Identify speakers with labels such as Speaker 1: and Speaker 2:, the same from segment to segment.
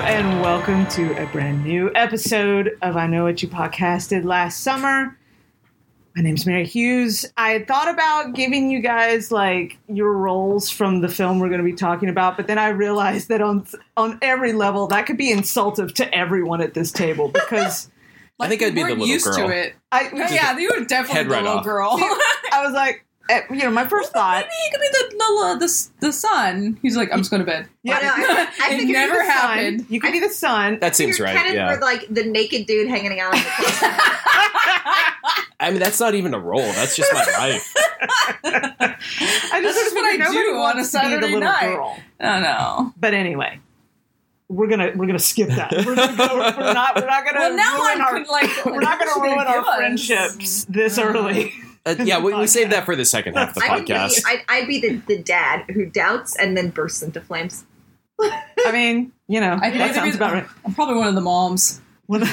Speaker 1: welcome to a brand new episode of I Know What You Podcasted last summer. My name's Mary Hughes. I thought about giving you guys like your roles from the film we're going to be talking about, but then I realized that on on every level that could be insultive to everyone at this table because
Speaker 2: I think I'd be the
Speaker 3: we're
Speaker 2: little
Speaker 3: used
Speaker 2: girl.
Speaker 3: to it.
Speaker 1: I
Speaker 3: yeah, you were definitely
Speaker 2: Head
Speaker 3: the
Speaker 2: right
Speaker 3: little
Speaker 2: off.
Speaker 3: girl.
Speaker 1: I was like eh, you know my first thought
Speaker 3: Maybe he could be the the, the the son. He's like, I'm just going to bed.
Speaker 1: yeah
Speaker 4: Well, no, I- I
Speaker 3: it
Speaker 4: think you're
Speaker 3: never
Speaker 1: the sun.
Speaker 3: happened.
Speaker 1: You could be the sun.
Speaker 2: that seems
Speaker 4: You're
Speaker 2: right.
Speaker 4: Kind of
Speaker 2: yeah.
Speaker 4: were like the naked dude hanging out. In the closet.
Speaker 2: I mean, that's not even a role. That's just my life.
Speaker 1: I just
Speaker 3: This is what I
Speaker 1: nobody
Speaker 3: do on a
Speaker 1: wants to be the
Speaker 3: Saturday
Speaker 1: little
Speaker 3: night.
Speaker 1: girl.
Speaker 3: Oh no.
Speaker 1: But anyway, we're gonna we're gonna skip that. We're, gonna go, we're not we're not gonna
Speaker 3: Well, now
Speaker 1: ruin
Speaker 3: I'm
Speaker 1: our,
Speaker 3: like,
Speaker 1: we're not gonna
Speaker 3: what you
Speaker 1: ruin our
Speaker 3: give us?
Speaker 1: friendships this
Speaker 3: Mm.
Speaker 1: early.
Speaker 2: Uh, yeah, we, we saved
Speaker 1: Podcast.
Speaker 2: that for the second half of the
Speaker 4: I would be,
Speaker 2: podcast.
Speaker 4: I'd, I'd be the, the dad who doubts and then bursts into flames.
Speaker 1: I mean, you know,
Speaker 3: I think
Speaker 1: that
Speaker 3: I'd
Speaker 1: sounds
Speaker 3: be-
Speaker 1: about right.
Speaker 3: I'm probably one of the moms.
Speaker 1: One-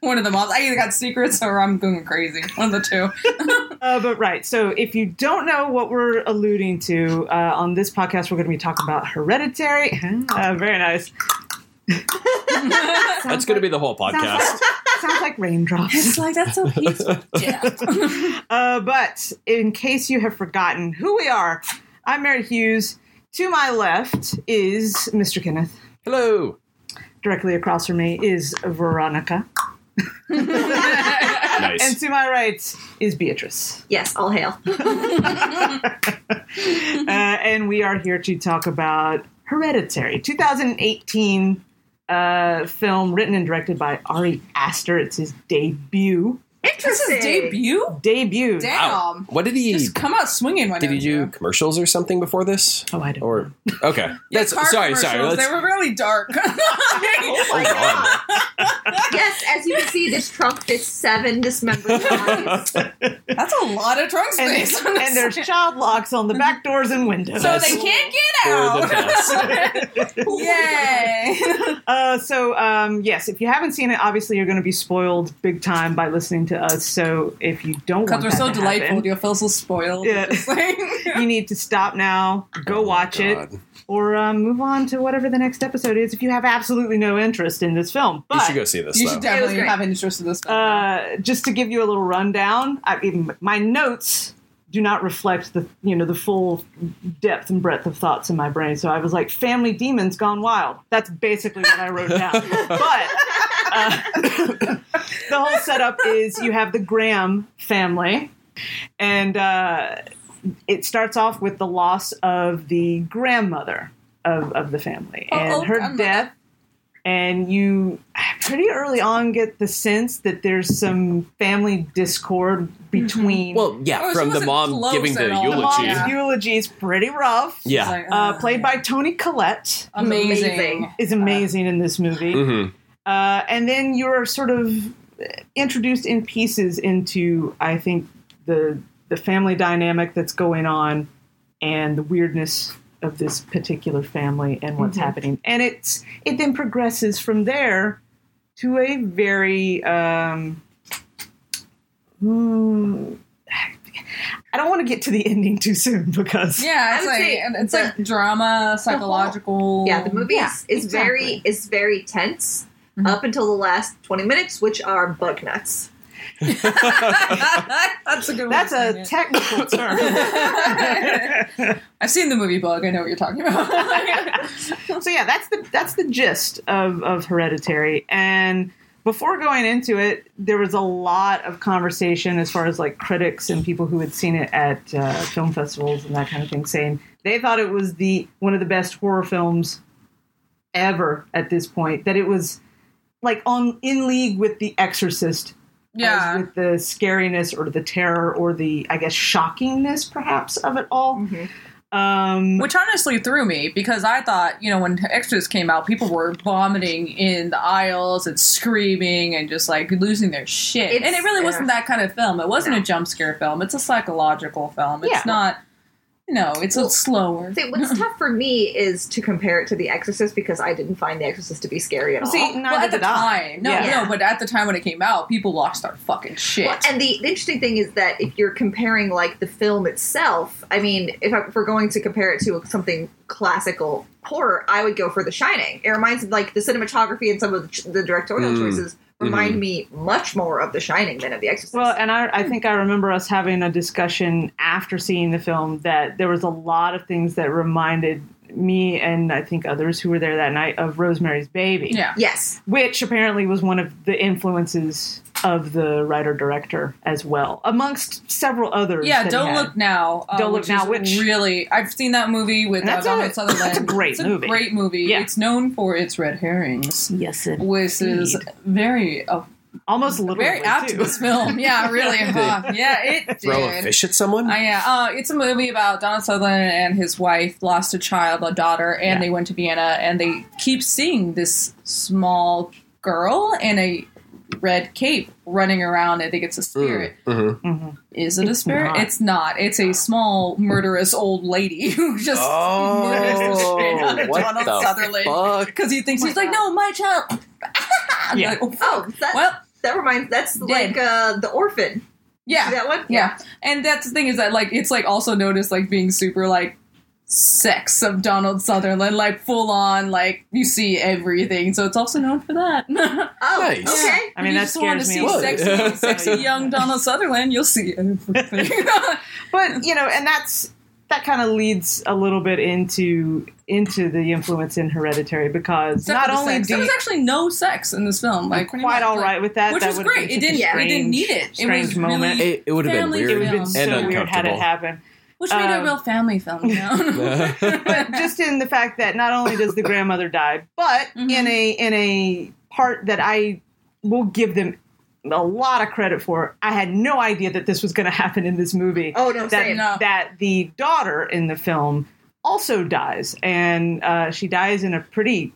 Speaker 3: One of the moms. I either got secrets or I'm going crazy. One of the two.
Speaker 1: Uh, but right, so if you don't know what we're alluding to uh, on this podcast, we're going to be talking about hereditary. Uh, very nice.
Speaker 3: it's
Speaker 2: that's going to be the whole podcast.
Speaker 1: Sounds like raindrops.
Speaker 3: like that's so peaceful. Yeah.
Speaker 1: Uh, but in case you have forgotten who we are, I'm Mary Hughes. To my left is Mr. Kenneth.
Speaker 2: Hello.
Speaker 1: Directly across from me is Veronica.
Speaker 2: Nice.
Speaker 1: And to my right is Beatrice.
Speaker 4: Yes, all hail.
Speaker 1: Uh, and we are here to talk about Hereditary, 2018 uh, film written and directed by Ari Aster. It's his debut.
Speaker 3: This
Speaker 4: Interesting.
Speaker 3: is debut.
Speaker 1: Debut.
Speaker 3: Damn.
Speaker 2: Wow. What did he?
Speaker 3: Just come out swinging. Why
Speaker 2: Did he
Speaker 3: don't
Speaker 2: do
Speaker 3: you?
Speaker 2: commercials or something before this?
Speaker 1: Oh, I don't. know.
Speaker 2: Or okay, that's
Speaker 3: car
Speaker 2: sorry, sorry.
Speaker 3: commercials,
Speaker 2: Let's,
Speaker 3: They were really dark.
Speaker 2: oh god,
Speaker 4: yes, as you can see, this trunk fits seven dismembered bodies.
Speaker 3: That's a lot of trunk
Speaker 1: and,
Speaker 3: space.
Speaker 1: and there's child locks on the back doors and windows.
Speaker 3: Mm-hmm. so
Speaker 2: That's
Speaker 3: they can't get
Speaker 2: they're the
Speaker 3: out.
Speaker 2: best.
Speaker 3: Yay!
Speaker 1: Uh, so um, yes, if you haven't seen it, obviously you're going to be spoiled big time by listening to us. So if you don't,
Speaker 3: Because
Speaker 1: want
Speaker 3: we're
Speaker 1: that
Speaker 3: so
Speaker 1: to
Speaker 3: delightful,
Speaker 1: happen,
Speaker 3: you'll feel so spoiled.
Speaker 1: Yeah.
Speaker 3: Just like-
Speaker 1: you need to stop now, go
Speaker 2: Oh my
Speaker 1: watch it,
Speaker 2: God.
Speaker 1: or um, move on to whatever the next episode is. If you have absolutely no interest in this film, but
Speaker 2: You should go see this.
Speaker 3: you
Speaker 2: though.
Speaker 3: should definitely
Speaker 4: great.
Speaker 3: have an interest in this. film.
Speaker 1: uh, just to give you a little rundown, I, even my notes do not reflect the you know the full depth and breadth of thoughts in my brain. So I was like, "Family demons gone wild." That's basically what I wrote down. but uh, the whole setup is you have the Graham family, and uh, it starts off with the loss of the grandmother of, of the family and
Speaker 3: Uh-oh,
Speaker 1: her
Speaker 3: grandmother.
Speaker 1: death and you pretty early on get the sense that there's some family discord between
Speaker 2: Well, yeah,
Speaker 3: Oh, she
Speaker 2: from the
Speaker 3: wasn't
Speaker 2: mom
Speaker 3: close
Speaker 2: giving the
Speaker 3: at all.
Speaker 1: the
Speaker 2: eulogy.
Speaker 1: mom's
Speaker 3: Yeah.
Speaker 1: eulogy is pretty rough.
Speaker 2: Yeah.
Speaker 3: It's like,
Speaker 1: Uh, played by
Speaker 3: yeah.
Speaker 1: Tony Collette,
Speaker 3: amazing.
Speaker 4: Amazing.
Speaker 1: is amazing in this movie.
Speaker 2: Mhm.
Speaker 1: Uh, and then you're sort of introduced in pieces into, I think, the the family dynamic that's going on and the weirdness of this particular family and what's happening. And it's it then progresses from there to a very um, hmm, I don't want to get to the ending too soon because
Speaker 3: Yeah,
Speaker 4: I
Speaker 3: it's
Speaker 4: would
Speaker 3: like
Speaker 4: say
Speaker 3: and it's
Speaker 4: the-
Speaker 3: like drama, psychological.
Speaker 4: Yeah, Mm-hmm. the movie
Speaker 1: Yeah,
Speaker 4: is, is
Speaker 1: exactly.
Speaker 4: very is very tense
Speaker 3: Mhm.
Speaker 4: up until the last twenty minutes, which are bug nuts.
Speaker 3: that's a good. way
Speaker 1: that's
Speaker 3: of
Speaker 1: a
Speaker 3: saying it.
Speaker 1: technical term.
Speaker 3: I've seen the movie Bug. I know what you're talking about.
Speaker 1: so yeah, that's the that's the gist of of Hereditary. And before going into it, there was a lot of conversation as far as like critics and people who had seen it at uh, film festivals and that kind of thing, saying they thought it was the one of the best horror films ever at this point. That it was like on in league with The Exorcist. as
Speaker 3: yeah,
Speaker 1: with the scariness or the terror or the I guess shockingness perhaps of it all. Um,
Speaker 3: which honestly threw me because I thought you know when extras came out, people were vomiting in the aisles and screaming and just like losing their shit.
Speaker 4: It's-
Speaker 3: and it really wasn't that kind of film. It wasn't a jump scare film. It's a psychological film. It's
Speaker 1: Yeah.
Speaker 3: not. No, it's a slower.
Speaker 4: See, what's tough for me is to compare it to The Exorcist because I didn't find The Exorcist to be scary at all.
Speaker 1: See, neither
Speaker 3: Well, at the
Speaker 1: did I.
Speaker 3: time, no,
Speaker 1: Yeah.
Speaker 3: no, but at the time when it came out, people lost their fucking shit.
Speaker 4: Well, and the, the interesting thing is that if you're comparing like the film itself, I mean, if, I, if we're going to compare it to something classical horror, I would go for The Shining. It reminds me, like the cinematography and some of the, ch- the directorial
Speaker 2: Mm.
Speaker 4: choices remind me much more of The Shining than of The Exorcist.
Speaker 1: Well, and I, I think I remember us having a discussion after seeing the film that there was a lot of things that reminded me and I think others who were there that night of Rosemary's Baby.
Speaker 3: yeah.
Speaker 4: yes,
Speaker 1: Which apparently was one of the influences of the writer director as well, amongst several others. that
Speaker 3: Yeah,
Speaker 1: he
Speaker 3: don't
Speaker 1: had.
Speaker 3: look now. uh,
Speaker 1: Don't Look
Speaker 3: which
Speaker 1: Now,
Speaker 3: is
Speaker 1: which-
Speaker 3: really, I've seen that movie with uh,
Speaker 1: That's a-
Speaker 3: Donald Sutherland.
Speaker 1: that's a great
Speaker 3: it's
Speaker 1: movie.
Speaker 3: A great movie.
Speaker 1: Yeah.
Speaker 3: It's known for its red herrings,
Speaker 1: Yes, it
Speaker 3: which is
Speaker 1: Indeed.
Speaker 3: very, uh,
Speaker 1: almost literally
Speaker 3: very apt to
Speaker 1: too.
Speaker 3: this film. Yeah, really. huh. Yeah, it
Speaker 2: Throw a
Speaker 3: did.
Speaker 2: fish at someone?
Speaker 3: Uh, yeah, uh, it's a movie about Donald Sutherland and his wife lost a child, a daughter,
Speaker 1: Yeah.
Speaker 3: and they went to Vienna and they keep seeing this small girl in a red cape running around. I think it's a spirit.
Speaker 2: Mhm.
Speaker 1: Mhm.
Speaker 3: Is it a
Speaker 1: It's
Speaker 3: spirit?
Speaker 1: not.
Speaker 3: It's not. It's a small murderous old lady who just
Speaker 2: Oh,
Speaker 3: murders the shit out of
Speaker 2: what
Speaker 3: Donald
Speaker 2: the
Speaker 3: Sutherland
Speaker 2: Fuck.
Speaker 3: because he thinks
Speaker 4: Oh my
Speaker 3: he's like,
Speaker 4: God.
Speaker 3: no, my child. I'm
Speaker 1: Yeah.
Speaker 3: like, oh, fuck.
Speaker 4: Oh, that,
Speaker 3: well,
Speaker 4: that reminds. That's like uh, the orphan.
Speaker 3: yeah.
Speaker 4: See that one?
Speaker 3: Yeah. And that's the thing is that like it's like also noticed like being super like sex of Donald Sutherland, like full on, like you see everything. So it's also known for that.
Speaker 4: Oh,
Speaker 2: Nice.
Speaker 4: okay.
Speaker 1: I mean,
Speaker 3: you
Speaker 1: that
Speaker 3: just want to
Speaker 1: scares me
Speaker 3: see
Speaker 1: a little
Speaker 3: sexy,
Speaker 2: bit.
Speaker 3: sexy young Donald Sutherland, you'll see everything.
Speaker 1: but you know and that's that kind of leads a little bit into into the influence in hereditary because
Speaker 3: Except
Speaker 1: not
Speaker 3: for the
Speaker 1: only
Speaker 3: sex.
Speaker 1: do
Speaker 3: there was
Speaker 1: you-
Speaker 3: actually no sex in this film. Like pretty
Speaker 1: quite
Speaker 3: much,
Speaker 1: all
Speaker 3: like,
Speaker 1: right with that
Speaker 3: which
Speaker 1: that
Speaker 3: was
Speaker 1: would have
Speaker 3: great.
Speaker 1: been
Speaker 3: It didn't-
Speaker 1: such a
Speaker 3: we
Speaker 1: strange-
Speaker 3: didn't need it. It was
Speaker 1: strange
Speaker 3: really-
Speaker 1: moment
Speaker 2: It, would have been
Speaker 3: Family
Speaker 2: weird.
Speaker 1: it would have been
Speaker 3: And
Speaker 1: so weird had it
Speaker 2: uncomfortable.
Speaker 1: happened
Speaker 3: Which made it a
Speaker 1: Um,
Speaker 3: real family film, you know?
Speaker 1: but just in the fact that not only does the grandmother die, but
Speaker 3: Mhm.
Speaker 1: in a in a part that I will give them a lot of credit for, I had no idea that this was going to happen in this movie.
Speaker 4: Oh no,
Speaker 1: that
Speaker 4: same.
Speaker 3: No.
Speaker 1: that the daughter in the film also dies, and uh, she dies in a pretty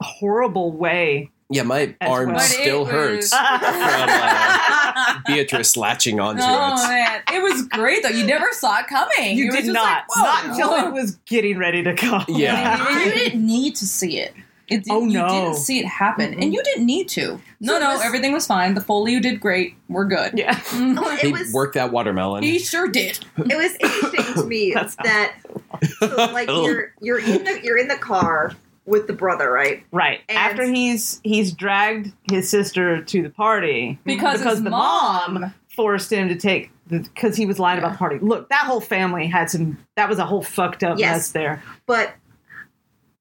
Speaker 1: horrible way.
Speaker 2: Yeah, my
Speaker 1: As
Speaker 2: arm
Speaker 1: well. But it
Speaker 2: still
Speaker 3: was-
Speaker 2: hurts from uh,
Speaker 1: I
Speaker 2: Beatrice latching onto
Speaker 3: Oh
Speaker 2: it.
Speaker 3: man, it was great though. You never saw it coming.
Speaker 1: you
Speaker 3: It was
Speaker 1: did
Speaker 3: just
Speaker 1: not,
Speaker 3: like, whoa.
Speaker 1: not until it was getting ready to come.
Speaker 2: Yeah.
Speaker 3: And you didn't need to see it. It did,
Speaker 1: Oh, no.
Speaker 3: You didn't see it happen, and you didn't need to. No,
Speaker 4: So it
Speaker 3: no,
Speaker 4: was-
Speaker 3: everything was fine. The Foley did great. We're good.
Speaker 1: yeah.
Speaker 4: Well,
Speaker 2: He
Speaker 4: Oh, it was
Speaker 2: worked that watermelon.
Speaker 3: He sure did.
Speaker 4: it was interesting to me
Speaker 1: That sounds
Speaker 4: that so, like you're you're in the you're in the car with the brother, right?
Speaker 1: Right.
Speaker 4: And-
Speaker 1: After he's he's dragged his sister to the party
Speaker 3: Because his
Speaker 1: the
Speaker 3: mom-
Speaker 1: forced him to take because he was lying about the party. Look, that whole family had some. That was a whole fucked up
Speaker 4: Yes.
Speaker 1: mess there.
Speaker 4: But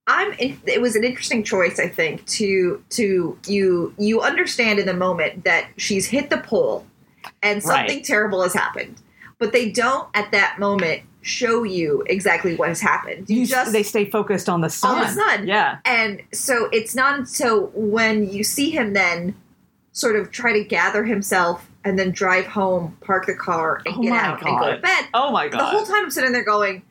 Speaker 4: I'm in, it was an interesting choice, I think, to to you you understand in the moment that she's hit the pole and something
Speaker 1: Right.
Speaker 4: terrible has happened, but they don't at that moment show you exactly what has happened. You,
Speaker 1: You-
Speaker 4: just
Speaker 1: they stay focused on the son.
Speaker 4: all of a sudden,
Speaker 1: Yeah.
Speaker 4: and so it's not so when you see him then sort of try to gather himself and then drive home park the car and
Speaker 1: Oh
Speaker 4: get
Speaker 1: my
Speaker 4: out and go to
Speaker 1: God.
Speaker 4: bed
Speaker 1: Oh my
Speaker 4: the whole
Speaker 1: god.
Speaker 4: time i'm sitting there going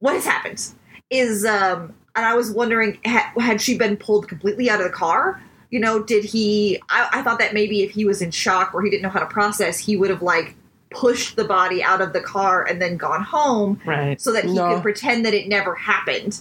Speaker 4: what has happened is um and i was wondering ha- had she been pulled completely out of the car you know did he I, I thought that maybe if he was in shock or he didn't know how to process he would have like pushed the body out of the car and then gone home
Speaker 1: right.
Speaker 4: so that he
Speaker 2: No.
Speaker 4: could pretend that it never happened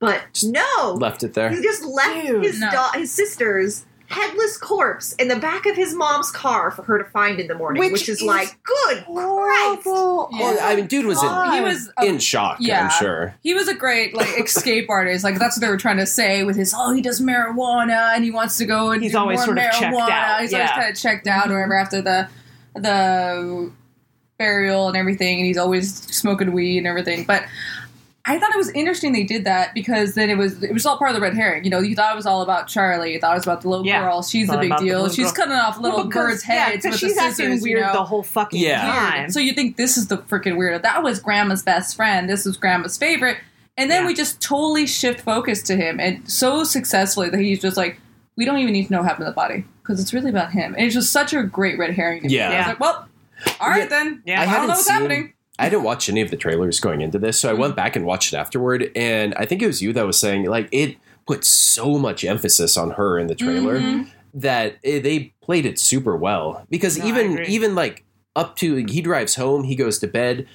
Speaker 4: but
Speaker 2: Just
Speaker 4: no
Speaker 2: Left it there.
Speaker 4: he just left
Speaker 1: Dude,
Speaker 4: his
Speaker 3: no.
Speaker 4: da- his sister's headless corpse in the back of his mom's car for her to find in the morning,
Speaker 1: Which
Speaker 4: which,
Speaker 1: is
Speaker 4: is, like, good Christ!
Speaker 1: Horrible.
Speaker 3: Yeah.
Speaker 2: Well, I mean, dude was in,
Speaker 3: He was a,
Speaker 2: in shock,
Speaker 3: Yeah.
Speaker 2: I'm sure.
Speaker 3: he was a great like escape artist. Like that's what they were trying to say with his oh he does marijuana and he wants to go and
Speaker 1: He's
Speaker 3: do
Speaker 1: always
Speaker 3: more
Speaker 1: sort of checked
Speaker 3: marijuana.
Speaker 1: out,
Speaker 3: He's
Speaker 1: yeah.
Speaker 3: always kind of checked out or whatever after the the burial and everything, and he's always smoking weed and everything. But I thought it was interesting they did that because then it was it was all part of the red herring. You know, you thought it was all about Charlie, you thought it was about the little
Speaker 1: Yeah.
Speaker 3: girl. She's
Speaker 1: It's all
Speaker 3: the big
Speaker 1: about the
Speaker 3: deal.
Speaker 1: little
Speaker 3: She's
Speaker 1: girl.
Speaker 3: cutting off little birds' heads
Speaker 1: yeah,
Speaker 3: with
Speaker 1: she's
Speaker 3: the
Speaker 1: acting
Speaker 3: scissors.
Speaker 1: weird
Speaker 3: you know?
Speaker 1: the whole fucking
Speaker 2: Yeah.
Speaker 1: time.
Speaker 3: So you think this is the freaking weirdo. That was grandma's best friend. This was grandma's favorite. And then
Speaker 1: Yeah.
Speaker 3: we just totally shift focus to him and so successfully that he's just like, we don't even need to know what happened to the body because it's really about him. And it's just such a great red herring. to me.
Speaker 2: Yeah.
Speaker 3: I was like, well, all right
Speaker 2: Yeah.
Speaker 3: then.
Speaker 1: Yeah.
Speaker 3: I,
Speaker 1: I
Speaker 3: don't
Speaker 2: hadn't
Speaker 3: know what's
Speaker 2: seen-
Speaker 3: happening.
Speaker 2: I didn't watch any of the trailers going into this, so I
Speaker 1: Mm-hmm.
Speaker 2: went back and watched it afterward. And I think it was you that was saying, like, it put so much emphasis on her in the trailer
Speaker 3: Mhm.
Speaker 2: that it, they played it super well. Because
Speaker 1: Mm-hmm. No, I
Speaker 2: even,
Speaker 1: agree.
Speaker 2: even like, up to he drives home, he goes to bed.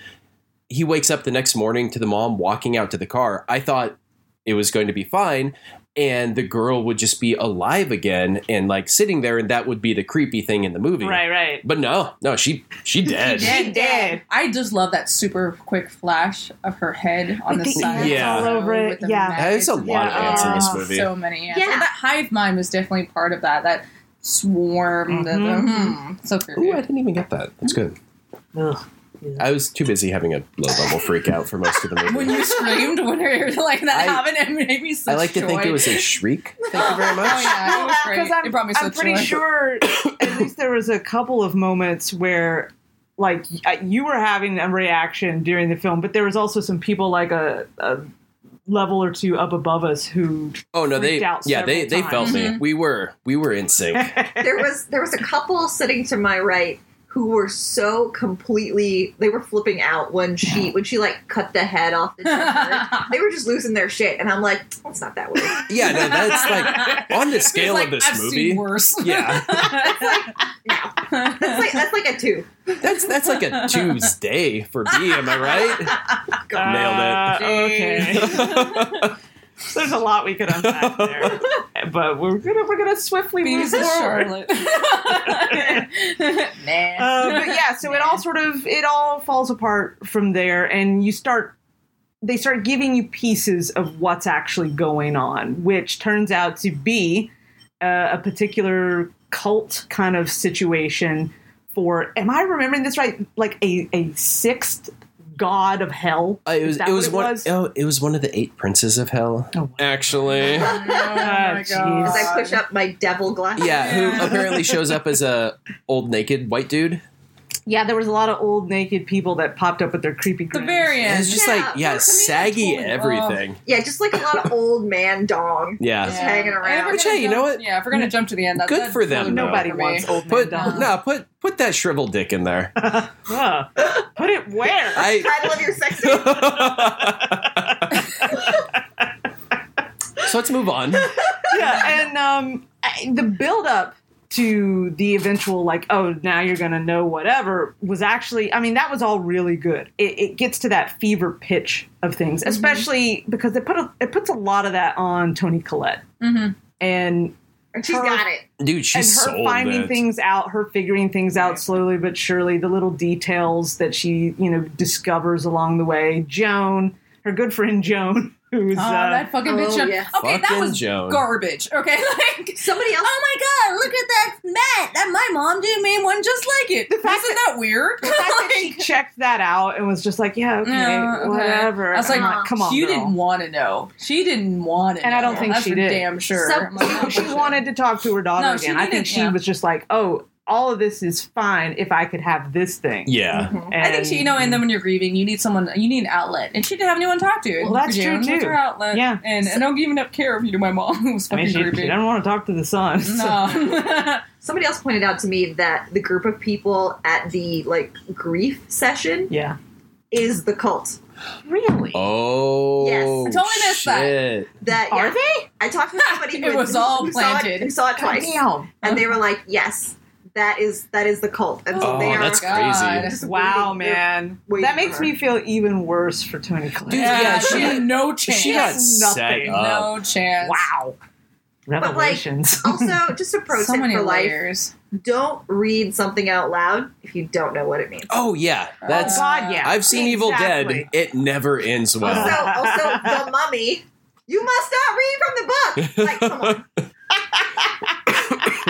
Speaker 2: he wakes up the next morning to the mom walking out to the car. I thought it was going to be fine and the girl would just be alive again and like sitting there and that would be the creepy thing in the movie.
Speaker 1: Right, right.
Speaker 2: But no, no, she she dead.
Speaker 1: She dead.
Speaker 3: I just love that super quick flash of her head on
Speaker 1: With
Speaker 3: the
Speaker 1: the
Speaker 3: side.
Speaker 2: ants Yeah. all
Speaker 1: over it.
Speaker 3: With the
Speaker 1: Yeah.
Speaker 3: maggots.
Speaker 2: There's a lot
Speaker 1: of ants in this
Speaker 3: Oh,
Speaker 2: movie.
Speaker 3: So many ants.
Speaker 4: Yeah.
Speaker 3: And that hive mind was definitely part of that. That swarm. the- the-
Speaker 1: Mhm.
Speaker 3: hmm. so creepy.
Speaker 2: Ooh, I didn't even get that. That's good.
Speaker 1: Ugh.
Speaker 2: I was too busy having a low level freak out for most of the
Speaker 3: when
Speaker 2: movie.
Speaker 3: you screamed when you were like that
Speaker 2: I-
Speaker 3: happened, it made me such
Speaker 2: I like to think
Speaker 3: joy.
Speaker 2: it was a shriek. Thank you very
Speaker 3: Oh
Speaker 2: much.
Speaker 3: yeah, it was great.
Speaker 1: Because I'm,
Speaker 3: it brought me
Speaker 1: I'm
Speaker 3: such
Speaker 1: pretty
Speaker 3: joy.
Speaker 1: sure at least there was a couple of moments where like y- uh, you were having a reaction during the film, but there was also some people like a, a level or two up above us who
Speaker 2: Oh no, they
Speaker 1: Freaked out
Speaker 2: yeah they
Speaker 1: several
Speaker 2: they felt me.
Speaker 3: times.
Speaker 2: We were we were in sync.
Speaker 4: there was there was a couple sitting to my right who were so completely they were flipping out when she when she like cut the head off the deer. they were just losing their shit and i'm like that's not that weird
Speaker 2: Yeah, no, that's like on the scale
Speaker 3: It's like,
Speaker 2: of this
Speaker 3: I've
Speaker 2: movie.
Speaker 3: Seen worse.
Speaker 2: Yeah,
Speaker 4: that's like that's like a two
Speaker 2: that's that's like a Tuesday for me. Am I right?
Speaker 1: Uh,
Speaker 2: Nailed
Speaker 1: okay. There's a lot we could unpack there, but we're gonna we're gonna swiftly move
Speaker 3: Beans of
Speaker 1: forward.
Speaker 3: Charlotte.
Speaker 1: Uh,
Speaker 3: nah.
Speaker 1: but yeah, so it all sort of it all falls apart from there, and you start they start giving you pieces of what's actually going on, which turns out to be uh, a particular cult kind of situation. For am I remembering this right? Like a a sixth god of hell?
Speaker 2: Uh, it
Speaker 1: Is
Speaker 2: was
Speaker 1: that
Speaker 2: it was
Speaker 1: what
Speaker 2: one oh, it was one of the eight princes of hell.
Speaker 1: Oh, wow.
Speaker 2: Actually, yeah, Ah,
Speaker 3: oh my
Speaker 1: jeez.
Speaker 3: god.
Speaker 4: as i push up my devil glass
Speaker 2: who
Speaker 3: Yeah.
Speaker 2: apparently shows up as a old naked white dude.
Speaker 1: Yeah, there was a lot of old naked people that popped up with their creepy.
Speaker 3: the
Speaker 1: grins.
Speaker 3: very
Speaker 2: And
Speaker 3: end.
Speaker 2: it's just
Speaker 4: Yeah,
Speaker 2: like yeah,
Speaker 4: look, I mean,
Speaker 2: saggy
Speaker 3: totally-
Speaker 2: everything.
Speaker 4: yeah just like a lot of old man dong
Speaker 2: Yeah.
Speaker 4: Just hanging
Speaker 3: And if
Speaker 4: around.
Speaker 3: we're
Speaker 2: Which,
Speaker 3: gonna
Speaker 2: hey, you
Speaker 3: jump-
Speaker 2: know what? Mm.
Speaker 3: Yeah, if we're gonna jump to the end, that,
Speaker 2: Good
Speaker 3: that's
Speaker 2: for them,
Speaker 3: totally
Speaker 2: though.
Speaker 1: Nobody
Speaker 3: for me.
Speaker 1: wants old man
Speaker 2: Put
Speaker 1: Dom.
Speaker 2: no, put put that shriveled dick in there.
Speaker 1: Huh. put it where?
Speaker 2: I
Speaker 4: title of your sex tape.
Speaker 2: so let's move on.
Speaker 1: yeah, and um, I- the build up to the eventual like, oh, now you're gonna know whatever was actually. I mean, that was all really good. It, it gets to that fever pitch of things,
Speaker 2: Mm-hmm.
Speaker 1: especially because it put a, it puts a lot of that on Tony Collette
Speaker 2: Mm-hmm.
Speaker 3: Mhm.
Speaker 1: and
Speaker 4: she's got it
Speaker 2: Dude, she
Speaker 1: and her
Speaker 2: sold
Speaker 1: finding
Speaker 2: it.
Speaker 1: things out, her figuring things out
Speaker 3: Right.
Speaker 1: slowly but surely, the little details that she you know discovers along the way. Joan, her good friend Joan, who's
Speaker 3: Oh,
Speaker 1: uh,
Speaker 3: that fucking
Speaker 4: oh,
Speaker 3: bitch. Joan.
Speaker 4: yeah.
Speaker 3: Okay, that
Speaker 2: Fucking
Speaker 3: was
Speaker 2: Joan.
Speaker 3: garbage. Okay, like
Speaker 4: somebody else
Speaker 3: Oh my god, look at that Matt. That my mom did me one just like it. Isn't that weird?
Speaker 1: the fact that she checked that out and was just like, yeah, okay,
Speaker 3: Yeah, okay.
Speaker 1: whatever.
Speaker 3: I was like,
Speaker 1: I'm come on,
Speaker 3: she
Speaker 1: girl.
Speaker 3: didn't want to know. She didn't want to
Speaker 1: And
Speaker 3: know.
Speaker 1: I don't think
Speaker 3: That's
Speaker 1: she
Speaker 3: for
Speaker 1: did.
Speaker 3: damn sure.
Speaker 4: So-
Speaker 3: I'm like, oh,
Speaker 1: She
Speaker 3: bullshit.
Speaker 1: wanted to talk to her daughter
Speaker 3: No, she
Speaker 1: again. I think
Speaker 3: didn't,
Speaker 1: she
Speaker 3: yeah.
Speaker 1: was just like, oh, all of this is fine if I could have this thing.
Speaker 2: Yeah.
Speaker 3: I think she, you know, and then when you're grieving, you need someone, you need an outlet, and she didn't have anyone to talk to.
Speaker 1: Well, that's
Speaker 3: Joan
Speaker 1: true,
Speaker 3: was
Speaker 1: too.
Speaker 3: Her outlet,
Speaker 1: Yeah.
Speaker 3: and, and don't give enough care if you to my mom who was
Speaker 1: I
Speaker 3: fucking
Speaker 1: mean, she, she
Speaker 3: grieving.
Speaker 1: doesn't want to talk to the son. so-
Speaker 3: no,
Speaker 4: somebody else pointed out to me that the group of people at the like grief session
Speaker 1: Yeah.
Speaker 4: is the cult
Speaker 1: Really?
Speaker 2: Oh,
Speaker 4: Yes.
Speaker 3: I totally missed that.
Speaker 2: shit.
Speaker 4: that
Speaker 1: Are
Speaker 4: yeah,
Speaker 1: they?
Speaker 4: I talked to somebody who
Speaker 3: It was
Speaker 4: who-
Speaker 3: all
Speaker 4: who saw it-
Speaker 3: planted.
Speaker 4: who saw it twice,
Speaker 1: Damn.
Speaker 4: and they were like, "Yes, that is that is the cult." And so
Speaker 2: Oh,
Speaker 4: they are
Speaker 2: that's
Speaker 3: God.
Speaker 2: crazy.
Speaker 4: just
Speaker 1: Wow,
Speaker 4: waiting. They're-
Speaker 1: man.
Speaker 4: waiting
Speaker 1: That makes
Speaker 4: for
Speaker 1: me feel even worse for Tony Collette.
Speaker 2: Dude,
Speaker 3: yeah,
Speaker 2: yeah,
Speaker 3: she
Speaker 2: she-
Speaker 3: had no chance.
Speaker 2: She got
Speaker 1: Yes,
Speaker 2: set
Speaker 1: nothing.
Speaker 2: up.
Speaker 3: no chance.
Speaker 1: Wow.
Speaker 4: like,
Speaker 1: Revelations.
Speaker 4: Also, just a pro
Speaker 3: so
Speaker 4: tip
Speaker 3: many
Speaker 4: for life:
Speaker 3: layers.
Speaker 4: don't read something out loud if you don't know what it means.
Speaker 2: Oh yeah, that's.
Speaker 1: oh, God, yeah.
Speaker 2: I've seen Evil
Speaker 1: Exactly.
Speaker 2: Dead. It never ends
Speaker 4: Also,
Speaker 2: well.
Speaker 4: also the mummy. You must not read from the book. Like, come on.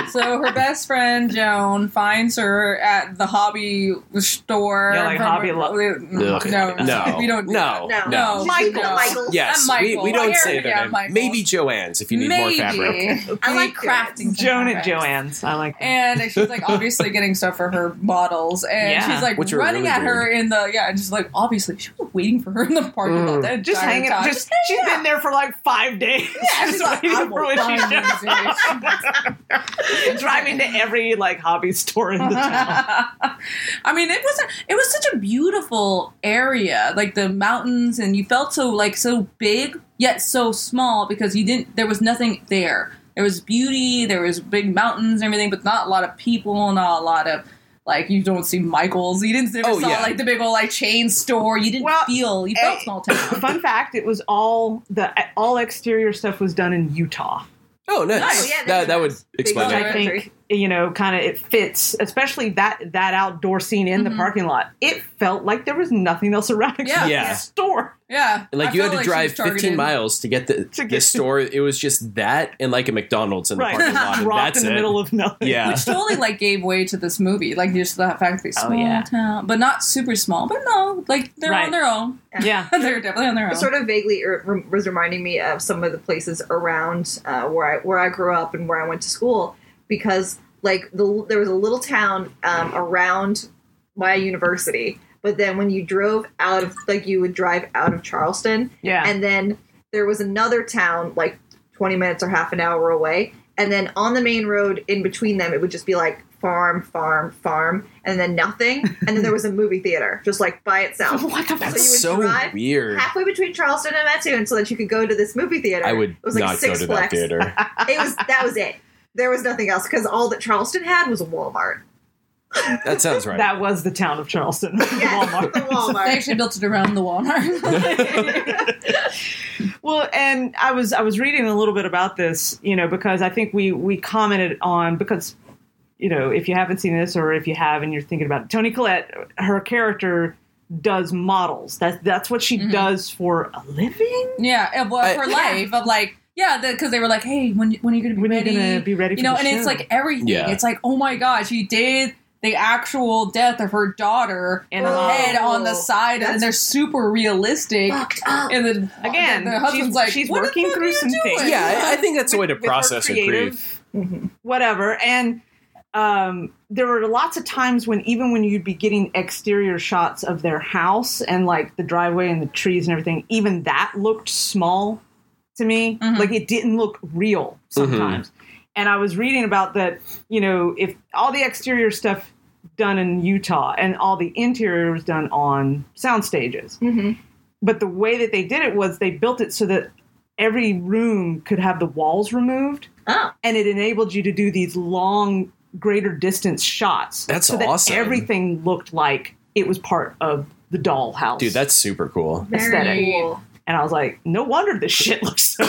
Speaker 3: So her best friend Joan finds her at the hobby store.
Speaker 1: Yeah, like
Speaker 3: from-
Speaker 1: Hobby Lo-
Speaker 3: no,
Speaker 2: Ugh.
Speaker 3: no,
Speaker 2: no,
Speaker 3: we don't. do
Speaker 2: no,
Speaker 3: that.
Speaker 4: No,
Speaker 2: no.
Speaker 4: She's
Speaker 3: Michael.
Speaker 4: thinking of Michael.
Speaker 2: Yes,
Speaker 3: And
Speaker 2: we,
Speaker 3: Michael.
Speaker 2: we don't
Speaker 3: Yeah,
Speaker 2: say their
Speaker 3: yeah,
Speaker 2: name.
Speaker 3: Michael.
Speaker 2: Maybe Joanne's if you need more
Speaker 3: Maybe.
Speaker 2: fabric.
Speaker 4: I
Speaker 3: We
Speaker 4: like
Speaker 3: crafting. some
Speaker 1: Joan at
Speaker 3: fabrics.
Speaker 1: Joanne's. I like that.
Speaker 3: And she's like obviously getting stuff for her models, and
Speaker 1: Yeah.
Speaker 3: she's like
Speaker 2: Which are
Speaker 3: running
Speaker 2: really
Speaker 3: at her
Speaker 2: weird.
Speaker 3: in the yeah, and she's like obviously she was waiting for her in the parking
Speaker 2: Mm.
Speaker 3: lot. that
Speaker 1: just
Speaker 3: entire
Speaker 1: hanging
Speaker 3: time.
Speaker 1: just she's been there for like five days
Speaker 3: yeah, she's
Speaker 1: just
Speaker 3: like,
Speaker 1: waiting
Speaker 3: I
Speaker 1: for
Speaker 3: will
Speaker 1: what she
Speaker 3: find
Speaker 1: does.
Speaker 3: these bitches.
Speaker 1: driving to every like hobby store in the town
Speaker 3: I mean, it wasn't. It was such a beautiful area, like the mountains, and you felt so like so big yet so small because you didn't. There was nothing there. There was beauty. There was big mountains and everything, but not a lot of people. Not a lot of Like you don't see Michaels, you didn't never
Speaker 2: Oh,
Speaker 3: saw
Speaker 2: yeah.
Speaker 3: like the big old like chain store. You didn't
Speaker 1: Well,
Speaker 3: feel you felt
Speaker 1: eh,
Speaker 3: small town.
Speaker 1: Fun fact: it was all the all exterior stuff was done in Utah,
Speaker 2: Oh, nice.
Speaker 3: Nice.
Speaker 4: Yeah,
Speaker 2: that,
Speaker 4: that's
Speaker 2: that would
Speaker 4: nice.
Speaker 2: explain
Speaker 1: which
Speaker 3: Yeah.
Speaker 2: it.
Speaker 1: I think you know kind of it fits, especially that that outdoor scene in
Speaker 4: Mm-hmm.
Speaker 1: the
Speaker 3: Mhm.
Speaker 1: parking lot. It felt like there was nothing else around except
Speaker 3: Yeah.
Speaker 2: Yeah.
Speaker 1: the store.
Speaker 3: yeah,
Speaker 2: And like
Speaker 3: I
Speaker 2: you had
Speaker 3: felt
Speaker 2: to
Speaker 3: like she was
Speaker 2: drive 15
Speaker 3: targeted.
Speaker 2: miles to get the,
Speaker 1: To get-
Speaker 2: this store. It was just that and like a McDonald's in the
Speaker 1: Right,
Speaker 2: parking lot. and
Speaker 1: dropped
Speaker 2: that's
Speaker 1: in the
Speaker 2: it.
Speaker 1: middle of nothing.
Speaker 2: yeah.
Speaker 3: which totally like gave way to this movie. Like just the fact that it's
Speaker 1: Oh,
Speaker 3: small
Speaker 1: yeah.
Speaker 3: town, but not super small. But no, like they're
Speaker 1: Right.
Speaker 3: on their own.
Speaker 1: yeah.
Speaker 3: they're definitely on their own.
Speaker 4: It sort of vaguely er, rem- was reminding me of some of the places around uh, where I where I grew up and where I went to school because like the, there was a little town um, around my university, but then when you drove out of like you would drive out of Charleston,
Speaker 1: Yeah.
Speaker 4: and then there was another town like 20 minutes or half an hour away, and then on the main road in between them, it would just be like farm, farm, farm, and then nothing, and then there was a movie theater just like by itself.
Speaker 1: what the
Speaker 4: So you
Speaker 2: That's
Speaker 4: would
Speaker 2: so
Speaker 4: drive
Speaker 2: weird.
Speaker 4: halfway between Charleston and Mattoon so that you could go to this movie theater.
Speaker 2: I would
Speaker 4: It was like
Speaker 2: not go
Speaker 4: Six
Speaker 2: to that
Speaker 4: Flags.
Speaker 2: theater.
Speaker 4: It was that was it. There was nothing else because all that Charleston had was a Walmart.
Speaker 2: that sounds right.
Speaker 1: That was the town of Charleston.
Speaker 4: Yes,
Speaker 1: Walmart.
Speaker 4: the
Speaker 3: they
Speaker 4: Walmart.
Speaker 3: actually built it around the Walmart.
Speaker 1: Well, and I was I was reading a little bit about this, you know, because I think we we commented on because you know if you haven't seen this or if you have and you're thinking about it, Tony Collette, her character does models. That's that's what
Speaker 4: Mm-hmm.
Speaker 1: she does for a living.
Speaker 3: yeah, of, of her
Speaker 2: I-
Speaker 3: life of like yeah, because they were like, hey, when when are you gonna be
Speaker 1: When are you
Speaker 3: ready?
Speaker 1: gonna be ready?
Speaker 3: you
Speaker 1: for
Speaker 3: know,
Speaker 1: the
Speaker 3: and it's
Speaker 1: show?
Speaker 3: like everything.
Speaker 2: Yeah.
Speaker 3: It's like oh my gosh, you did the actual death of her daughter
Speaker 1: And
Speaker 3: her
Speaker 1: a model.
Speaker 3: head on the side,
Speaker 4: That's-
Speaker 3: and they're super realistic.
Speaker 4: Fucked up.
Speaker 3: And then
Speaker 1: Again,
Speaker 3: the, the husband's
Speaker 1: she's-
Speaker 3: like,
Speaker 1: she's
Speaker 3: "What the
Speaker 1: working
Speaker 3: fuck
Speaker 1: through
Speaker 3: are you
Speaker 1: some
Speaker 3: doing?"
Speaker 1: things.
Speaker 2: yeah, I, I think that's a way to
Speaker 1: with her
Speaker 2: process her
Speaker 1: creative-
Speaker 2: grief.
Speaker 4: Mhm.
Speaker 1: whatever. And um, there were lots of times when even when you'd be getting exterior shots of their house and like the driveway and the trees and everything, even that looked small to me.
Speaker 3: Mhm.
Speaker 1: Like it didn't look real sometimes. And I was reading about that, you know, if all the exterior stuff done in Utah and all the interior was done on sound stages
Speaker 4: Mhm.
Speaker 1: but the way that they did it was they built it so that every room could have the walls removed
Speaker 4: Oh,
Speaker 1: and it enabled you to do these long greater distance shots
Speaker 2: That's
Speaker 1: so that
Speaker 2: awesome.
Speaker 1: everything looked like it was part of the dollhouse
Speaker 2: Dude, that's super cool.
Speaker 4: very
Speaker 1: Aesthetic.
Speaker 4: cool.
Speaker 1: and i was like no wonder this shit looks so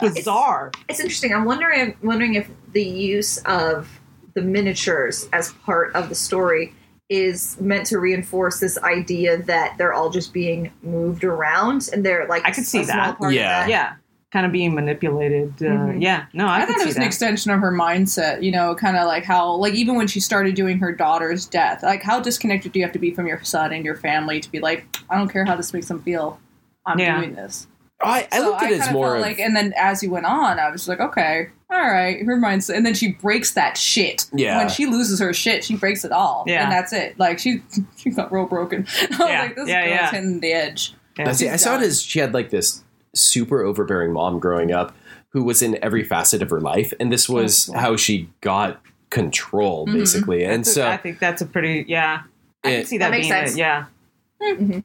Speaker 1: bizarre
Speaker 4: It's interesting. I'm wondering wondering if the use of the miniatures as part of the story is meant to reinforce this idea that they're all just being moved around and they're like
Speaker 1: I could see
Speaker 4: a small
Speaker 1: that.
Speaker 4: part of
Speaker 2: Yeah.
Speaker 4: that.
Speaker 1: yeah kind of being manipulated uh,
Speaker 4: Mhm.
Speaker 1: yeah no i,
Speaker 3: Mm-hmm. I
Speaker 1: could
Speaker 3: thought
Speaker 1: see
Speaker 3: it was
Speaker 1: that.
Speaker 3: an extension of her mindset, you know, kind of like how, like, even when she started doing her daughter's death, like, how disconnected do you have to be from your son and your family to be like, I don't care how this makes them feel, I'm
Speaker 1: Yeah.
Speaker 3: doing this.
Speaker 2: I, I
Speaker 3: So
Speaker 2: looked at it
Speaker 3: kinda
Speaker 2: as more
Speaker 3: felt
Speaker 2: of,
Speaker 3: like, and then as you went on, I was like, okay, all right, her mindset, and then she breaks that shit.
Speaker 2: Yeah.
Speaker 3: when she loses her shit, she breaks it all,
Speaker 1: Yeah.
Speaker 3: and that's it. Like she, she got real broken. I was
Speaker 1: Yeah.
Speaker 3: like, this
Speaker 1: Yeah,
Speaker 3: girl's
Speaker 1: yeah.
Speaker 3: hitting the edge.
Speaker 1: Yeah.
Speaker 2: I see, I saw it as she had like this super overbearing mom growing up who was in every facet of her life, and this was
Speaker 3: cool.
Speaker 2: how she got control
Speaker 3: Mhm.
Speaker 2: basically. And
Speaker 1: That's a- i
Speaker 2: so,
Speaker 1: think that's a pretty yeah i
Speaker 2: It-
Speaker 1: can see that,
Speaker 4: That makes
Speaker 1: being
Speaker 4: sense.
Speaker 1: it yeah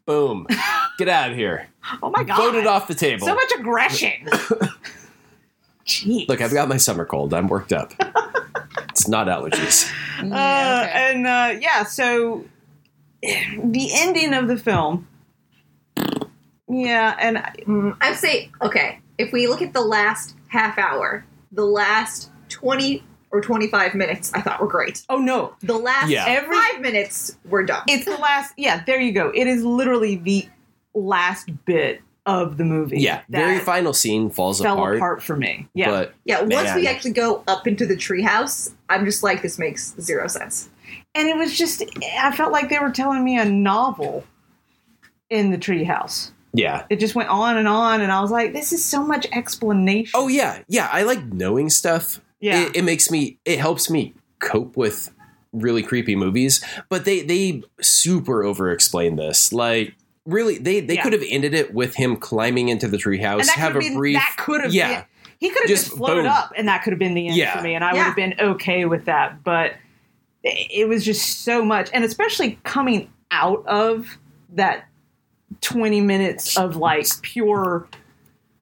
Speaker 2: boom, get out of here,
Speaker 1: oh my god
Speaker 2: voted off the table.
Speaker 1: so much aggression Jeez.
Speaker 2: Look, I've got my summer cold. I'm worked up. it's not allergies.
Speaker 3: Mm,
Speaker 1: Uh,
Speaker 3: okay.
Speaker 1: and uh, yeah, so the ending of the film. Yeah, and I-
Speaker 4: Mm, I'd say okay. If we look at the last half hour, the last twenty or twenty-five minutes, I thought were great.
Speaker 1: oh no,
Speaker 4: The last
Speaker 2: Yeah.
Speaker 1: Every-
Speaker 4: five minutes were dumb.
Speaker 1: it's the last. Yeah, there you go. It is literally the last bit of the movie.
Speaker 2: Yeah,
Speaker 1: that
Speaker 2: very final scene falls
Speaker 1: fell apart.
Speaker 2: apart,
Speaker 1: for me. Yeah,
Speaker 2: but
Speaker 4: yeah, once we
Speaker 2: Man.
Speaker 4: actually go up into the treehouse, I'm just like, this makes zero sense.
Speaker 1: and it was just I felt like they were telling me a novel in the treehouse.
Speaker 2: yeah.
Speaker 1: It just went on and on, and I was like, "This is so much explanation."
Speaker 2: Oh yeah, yeah. I like knowing stuff.
Speaker 1: yeah,
Speaker 2: It, it makes me. It helps me cope with really creepy movies. But they they super over explain this. Like really, they they
Speaker 1: Yeah.
Speaker 2: could have ended it with him climbing into the treehouse,
Speaker 1: and that
Speaker 2: have
Speaker 1: could
Speaker 2: a
Speaker 1: have been-
Speaker 2: brief.
Speaker 1: That could have
Speaker 2: yeah.
Speaker 1: been. He could have
Speaker 2: Just
Speaker 1: just, floated
Speaker 2: boom.
Speaker 1: up, and that could have been the end
Speaker 2: Yeah.
Speaker 1: for me, and I
Speaker 4: Yeah.
Speaker 1: would have been okay with that. But it was just so much, and especially coming out of that twenty minutes of like pure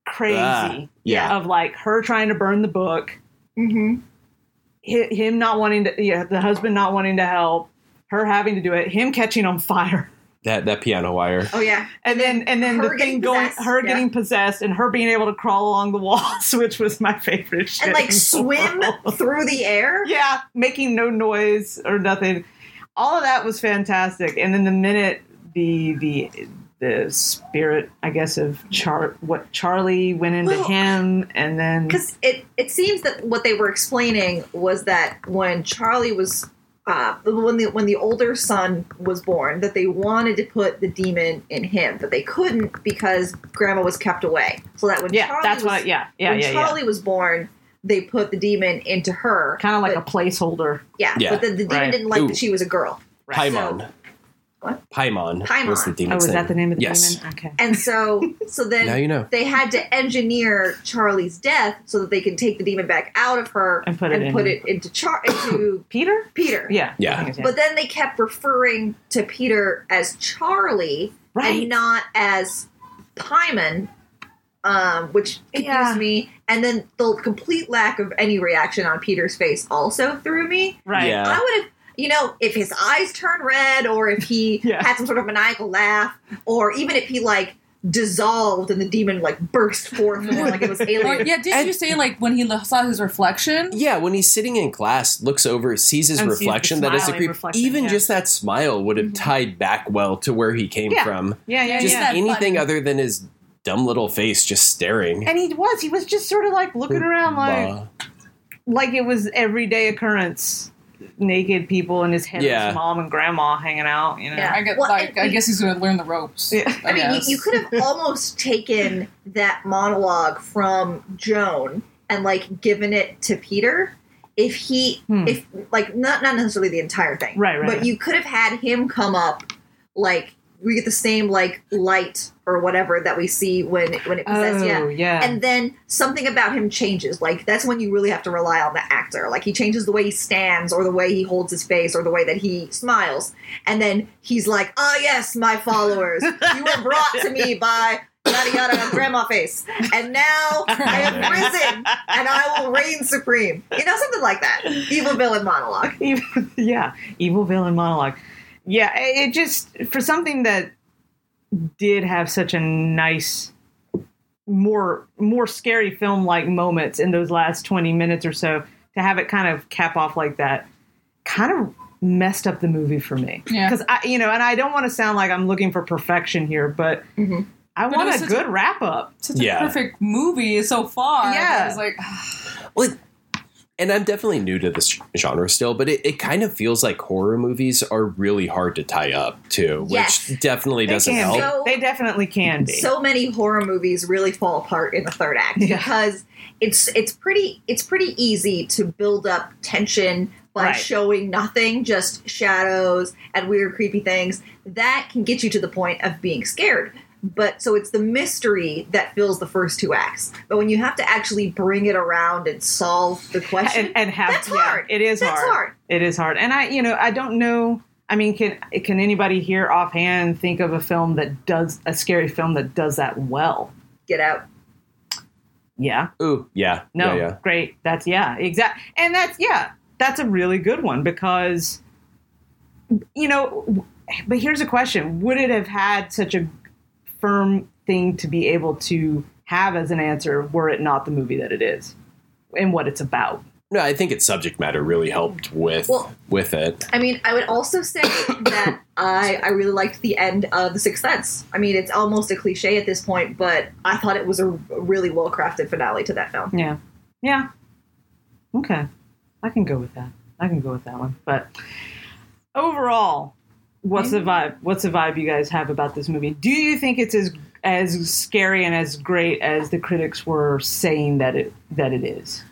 Speaker 1: crazy
Speaker 2: Ah, yeah.
Speaker 1: of like her trying to burn the book.
Speaker 4: Mm-hmm.
Speaker 1: hi- him not wanting to, yeah, the husband not wanting to help, her having to do it, him catching on fire,
Speaker 2: That that piano wire.
Speaker 4: Oh yeah,
Speaker 1: and then and then
Speaker 4: Her
Speaker 1: the
Speaker 4: getting
Speaker 1: thing going,
Speaker 4: possessed,
Speaker 1: her
Speaker 4: yeah.
Speaker 1: getting possessed, and her being able to crawl along the walls, which was my favorite. Shit
Speaker 4: and
Speaker 1: in
Speaker 4: like
Speaker 1: the
Speaker 4: swim
Speaker 1: world.
Speaker 4: through the air.
Speaker 1: yeah, making no noise or nothing. All of that was fantastic. And then the minute the the the spirit, I guess, of Char what Charlie went into
Speaker 4: Well,
Speaker 1: him, and then
Speaker 4: because it it seems that what they were explaining was that when Charlie was uh, when the when the older son was born, that they wanted to put the demon in him, but they couldn't because Grandma was kept away. So that when
Speaker 1: yeah,
Speaker 4: Charlie
Speaker 1: that's
Speaker 4: was,
Speaker 1: what yeah yeah
Speaker 4: when
Speaker 1: yeah
Speaker 4: Charlie was born, they put the demon into her,
Speaker 1: yeah. Kind of like
Speaker 4: but,
Speaker 1: a placeholder.
Speaker 4: yeah,
Speaker 2: Yeah.
Speaker 4: but the, the demon
Speaker 1: Right.
Speaker 4: didn't like
Speaker 2: Ooh.
Speaker 4: that she was a girl,
Speaker 1: Right.
Speaker 2: Paimon.
Speaker 4: What?
Speaker 2: Paimon.
Speaker 4: Paimon.
Speaker 2: Was the
Speaker 1: Oh,
Speaker 2: demon's
Speaker 1: is that the name of the
Speaker 2: Yes.
Speaker 1: demon? Okay.
Speaker 4: and so so then
Speaker 2: Now you know.
Speaker 4: they had to engineer Charlie's death so that they could take the demon back out of her
Speaker 1: And put it in.
Speaker 4: into Char into
Speaker 1: Peter?
Speaker 4: Peter.
Speaker 1: Yeah.
Speaker 2: Yeah.
Speaker 1: I think it's-
Speaker 4: But then they kept referring to Peter as Charlie
Speaker 1: right.
Speaker 4: and not as Pyman, um, which confused
Speaker 1: Yeah.
Speaker 4: me. And then the complete lack of any reaction on Peter's face also threw me.
Speaker 1: right.
Speaker 2: Yeah.
Speaker 4: I would have, you know, if his eyes turned red or if he
Speaker 1: Yeah.
Speaker 4: had some sort of maniacal laugh or even if he like dissolved and the demon like burst forth more like it was alien.
Speaker 3: Or, yeah, did
Speaker 2: And-
Speaker 3: you say like when he lo- saw his reflection?
Speaker 2: Yeah, when he's sitting in class, looks over, sees his
Speaker 1: And sees the
Speaker 2: reflection. That is a
Speaker 1: smiling
Speaker 2: creep.
Speaker 1: reflection,
Speaker 2: Even
Speaker 1: yeah. Mm-hmm.
Speaker 2: just that smile would have tied back well to where he came
Speaker 1: Yeah.
Speaker 2: from.
Speaker 1: Yeah. Yeah.
Speaker 2: Just
Speaker 1: yeah.
Speaker 3: that
Speaker 2: anything
Speaker 3: funny.
Speaker 2: other than his dumb little face just staring.
Speaker 1: and he was. He was just sort of like looking around, like
Speaker 2: Bah.
Speaker 1: like it was everyday occurrence. Naked people and his head,
Speaker 2: Yeah.
Speaker 1: his mom and grandma hanging out. You know,
Speaker 4: Yeah.
Speaker 3: I guess,
Speaker 4: Well,
Speaker 3: like,
Speaker 4: and-
Speaker 3: I guess he's going to learn the ropes.
Speaker 1: Yeah.
Speaker 4: I mean, you,
Speaker 3: guess.
Speaker 4: you could have almost taken that monologue from Joan and like given it to Peter if he,
Speaker 1: Hmm.
Speaker 4: if like not not necessarily the entire thing,
Speaker 1: Right, right,
Speaker 4: But
Speaker 1: right.
Speaker 4: you could have had him come up like we get the same like light or whatever that we see when when it possesses yeah.
Speaker 1: Oh yeah,
Speaker 4: And then something about him changes. Like that's when you really have to rely on the actor. Like he changes the way he stands, or the way he holds his face, or the way that he smiles. And then he's like, "Ah, yes, my followers, you were brought to me by yada yada grandma face, and now I have risen, and I will reign supreme." You know, something like that. Evil villain monologue.
Speaker 1: Evil- yeah, evil villain monologue. Yeah, i- it just for something that did have such a nice, more more scary film like moments in those last twenty minutes or so to have it kind of cap off like that, kind of messed up the movie for me.
Speaker 3: Yeah.
Speaker 1: because I, you know, and I don't want to sound like I'm looking for perfection here, but
Speaker 4: Mhm.
Speaker 1: I
Speaker 3: Mm-hmm. But it was
Speaker 1: want a
Speaker 3: such
Speaker 1: good wrap up.
Speaker 3: such
Speaker 2: Yeah.
Speaker 3: a perfect movie so far.
Speaker 1: Yeah.
Speaker 3: I was like,
Speaker 2: and I'm definitely new to this genre still, but it, it kind of feels like horror movies are really hard to tie up too,
Speaker 4: Yes.
Speaker 2: which definitely
Speaker 1: They
Speaker 2: doesn't
Speaker 1: can be.
Speaker 2: help.
Speaker 4: So-
Speaker 1: they definitely can be.
Speaker 4: so many horror movies really fall apart in the third act
Speaker 1: Yeah.
Speaker 4: because it's it's pretty it's pretty easy to build up tension by
Speaker 1: Right.
Speaker 4: showing nothing just shadows and weird creepy things that can get you to the point of being scared but so it's the mystery that fills the first two acts but when you have to actually bring it around and solve the question
Speaker 1: and, and have
Speaker 4: That's
Speaker 1: yeah,
Speaker 4: hard.
Speaker 1: It is
Speaker 4: that's
Speaker 1: hard.
Speaker 4: hard
Speaker 1: It is hard. And I, you know, I don't know. I mean, can can anybody here offhand think of a film that does a scary film that does that well?
Speaker 4: get out
Speaker 1: Yeah.
Speaker 2: Ooh, yeah,
Speaker 1: No.
Speaker 2: yeah, yeah.
Speaker 1: Great. That's yeah. Exact. And that's yeah. That's a really good one because you know, w- but here's a question. Would it have had such a firm thing to be able to have as an answer were it not the movie that it is and what it's about?
Speaker 2: No, I think its subject matter really helped with
Speaker 4: Well-
Speaker 2: with it.
Speaker 4: I mean, I would also say that I I really liked the end of The Sixth Sense. I mean, it's almost a cliche at this point, but I thought it was a really well crafted finale to that film.
Speaker 1: Yeah. Yeah. Okay. I can go with that. I can go with that one. But overall, what's the vibe? What's the vibe you guys have about this movie? Do you think it's as as scary and as great as the critics were saying that it that it is?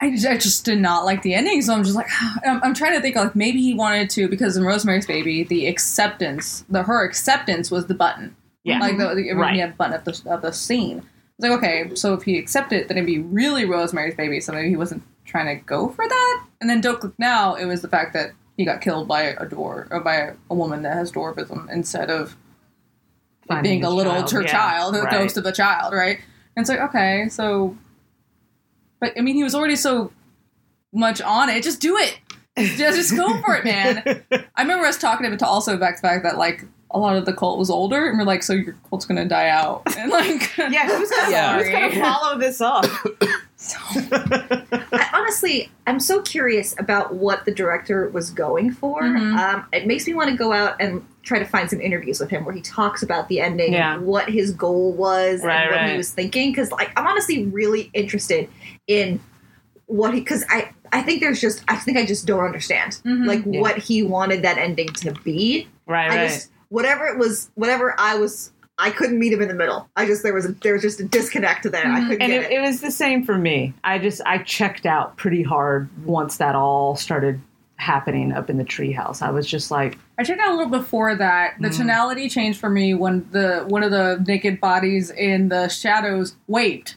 Speaker 3: I just, I just did not like the ending, so I'm just like, I'm, I'm trying to think like maybe he wanted to because in Rosemary's Baby, the acceptance, the her acceptance was the button,
Speaker 1: Yeah.
Speaker 3: like the, the
Speaker 1: Right.
Speaker 3: yeah, button of the of the scene. It's like okay, so if he accepted, then it'd be really Rosemary's Baby. So maybe he wasn't trying to go for that. And then Don't Look Now, it was the fact that he got killed by a door or by a woman that has dwarfism instead of
Speaker 1: Finding
Speaker 3: being a
Speaker 1: his
Speaker 3: little
Speaker 1: child.
Speaker 3: her
Speaker 1: Yeah.
Speaker 3: child, the
Speaker 1: Right.
Speaker 3: ghost of a child, right? And it's like, okay, so but I mean he was already so much on it. Just do it. Just, just go for it, man. I remember us talking about to also back to back that like a lot of the cult was older, and we're like, so your cult's gonna die out, and like
Speaker 1: Yeah, who's gonna,
Speaker 2: Yeah.
Speaker 1: who's gonna follow this up?
Speaker 3: So-
Speaker 4: I, honestly, I'm so curious about what the director was going for.
Speaker 1: Mm-hmm.
Speaker 3: Mhm.
Speaker 4: Um, it makes me want to go out and try to find some interviews with him where he talks about the ending,
Speaker 1: Yeah.
Speaker 4: what his goal was,
Speaker 1: Right,
Speaker 4: and what
Speaker 1: right.
Speaker 4: he was thinking. Because like, I'm honestly really interested in what he because I I think there's just I think I just don't understand
Speaker 3: Mhm.
Speaker 4: like
Speaker 1: Mm-hmm. Yeah.
Speaker 4: what he wanted that ending to be.
Speaker 1: Right,
Speaker 4: I
Speaker 1: right.
Speaker 4: just whatever it was, whatever I was. I couldn't meet him in the middle. I just there was a, there was just a disconnect there. I
Speaker 3: Mhm.
Speaker 4: couldn't
Speaker 1: Mm-hmm. and
Speaker 4: get
Speaker 1: it, it was the same for me. I just I checked out pretty hard once that all started happening up in the treehouse. I was just like,
Speaker 3: I checked out a little before that. The
Speaker 1: Mm.
Speaker 3: tonality changed for me when the one of the naked bodies in the shadows waved.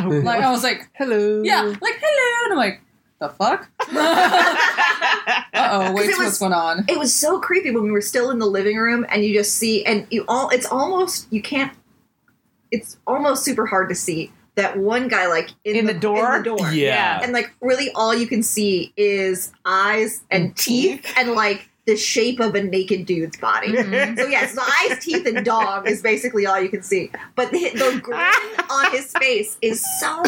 Speaker 1: oh,
Speaker 3: Like I was like,
Speaker 1: hello,
Speaker 3: Mm-hmm. yeah, like hello, and I'm like, the fuck. uh oh, wait,
Speaker 4: Because it
Speaker 3: what's
Speaker 4: was-
Speaker 3: going on?
Speaker 4: it was so creepy when we were still in the living room and you just see and you all it's almost you can't it's almost super hard to see that one guy like in,
Speaker 1: In the door?
Speaker 4: in the door
Speaker 1: Yeah.
Speaker 4: and like really all you can see is eyes and,
Speaker 1: And
Speaker 4: teeth,
Speaker 1: teeth.
Speaker 4: and like the shape of a naked dude's body
Speaker 3: Mhm.
Speaker 4: so yes the eyes teeth and dog is basically all you can see but the, the grin on his face is so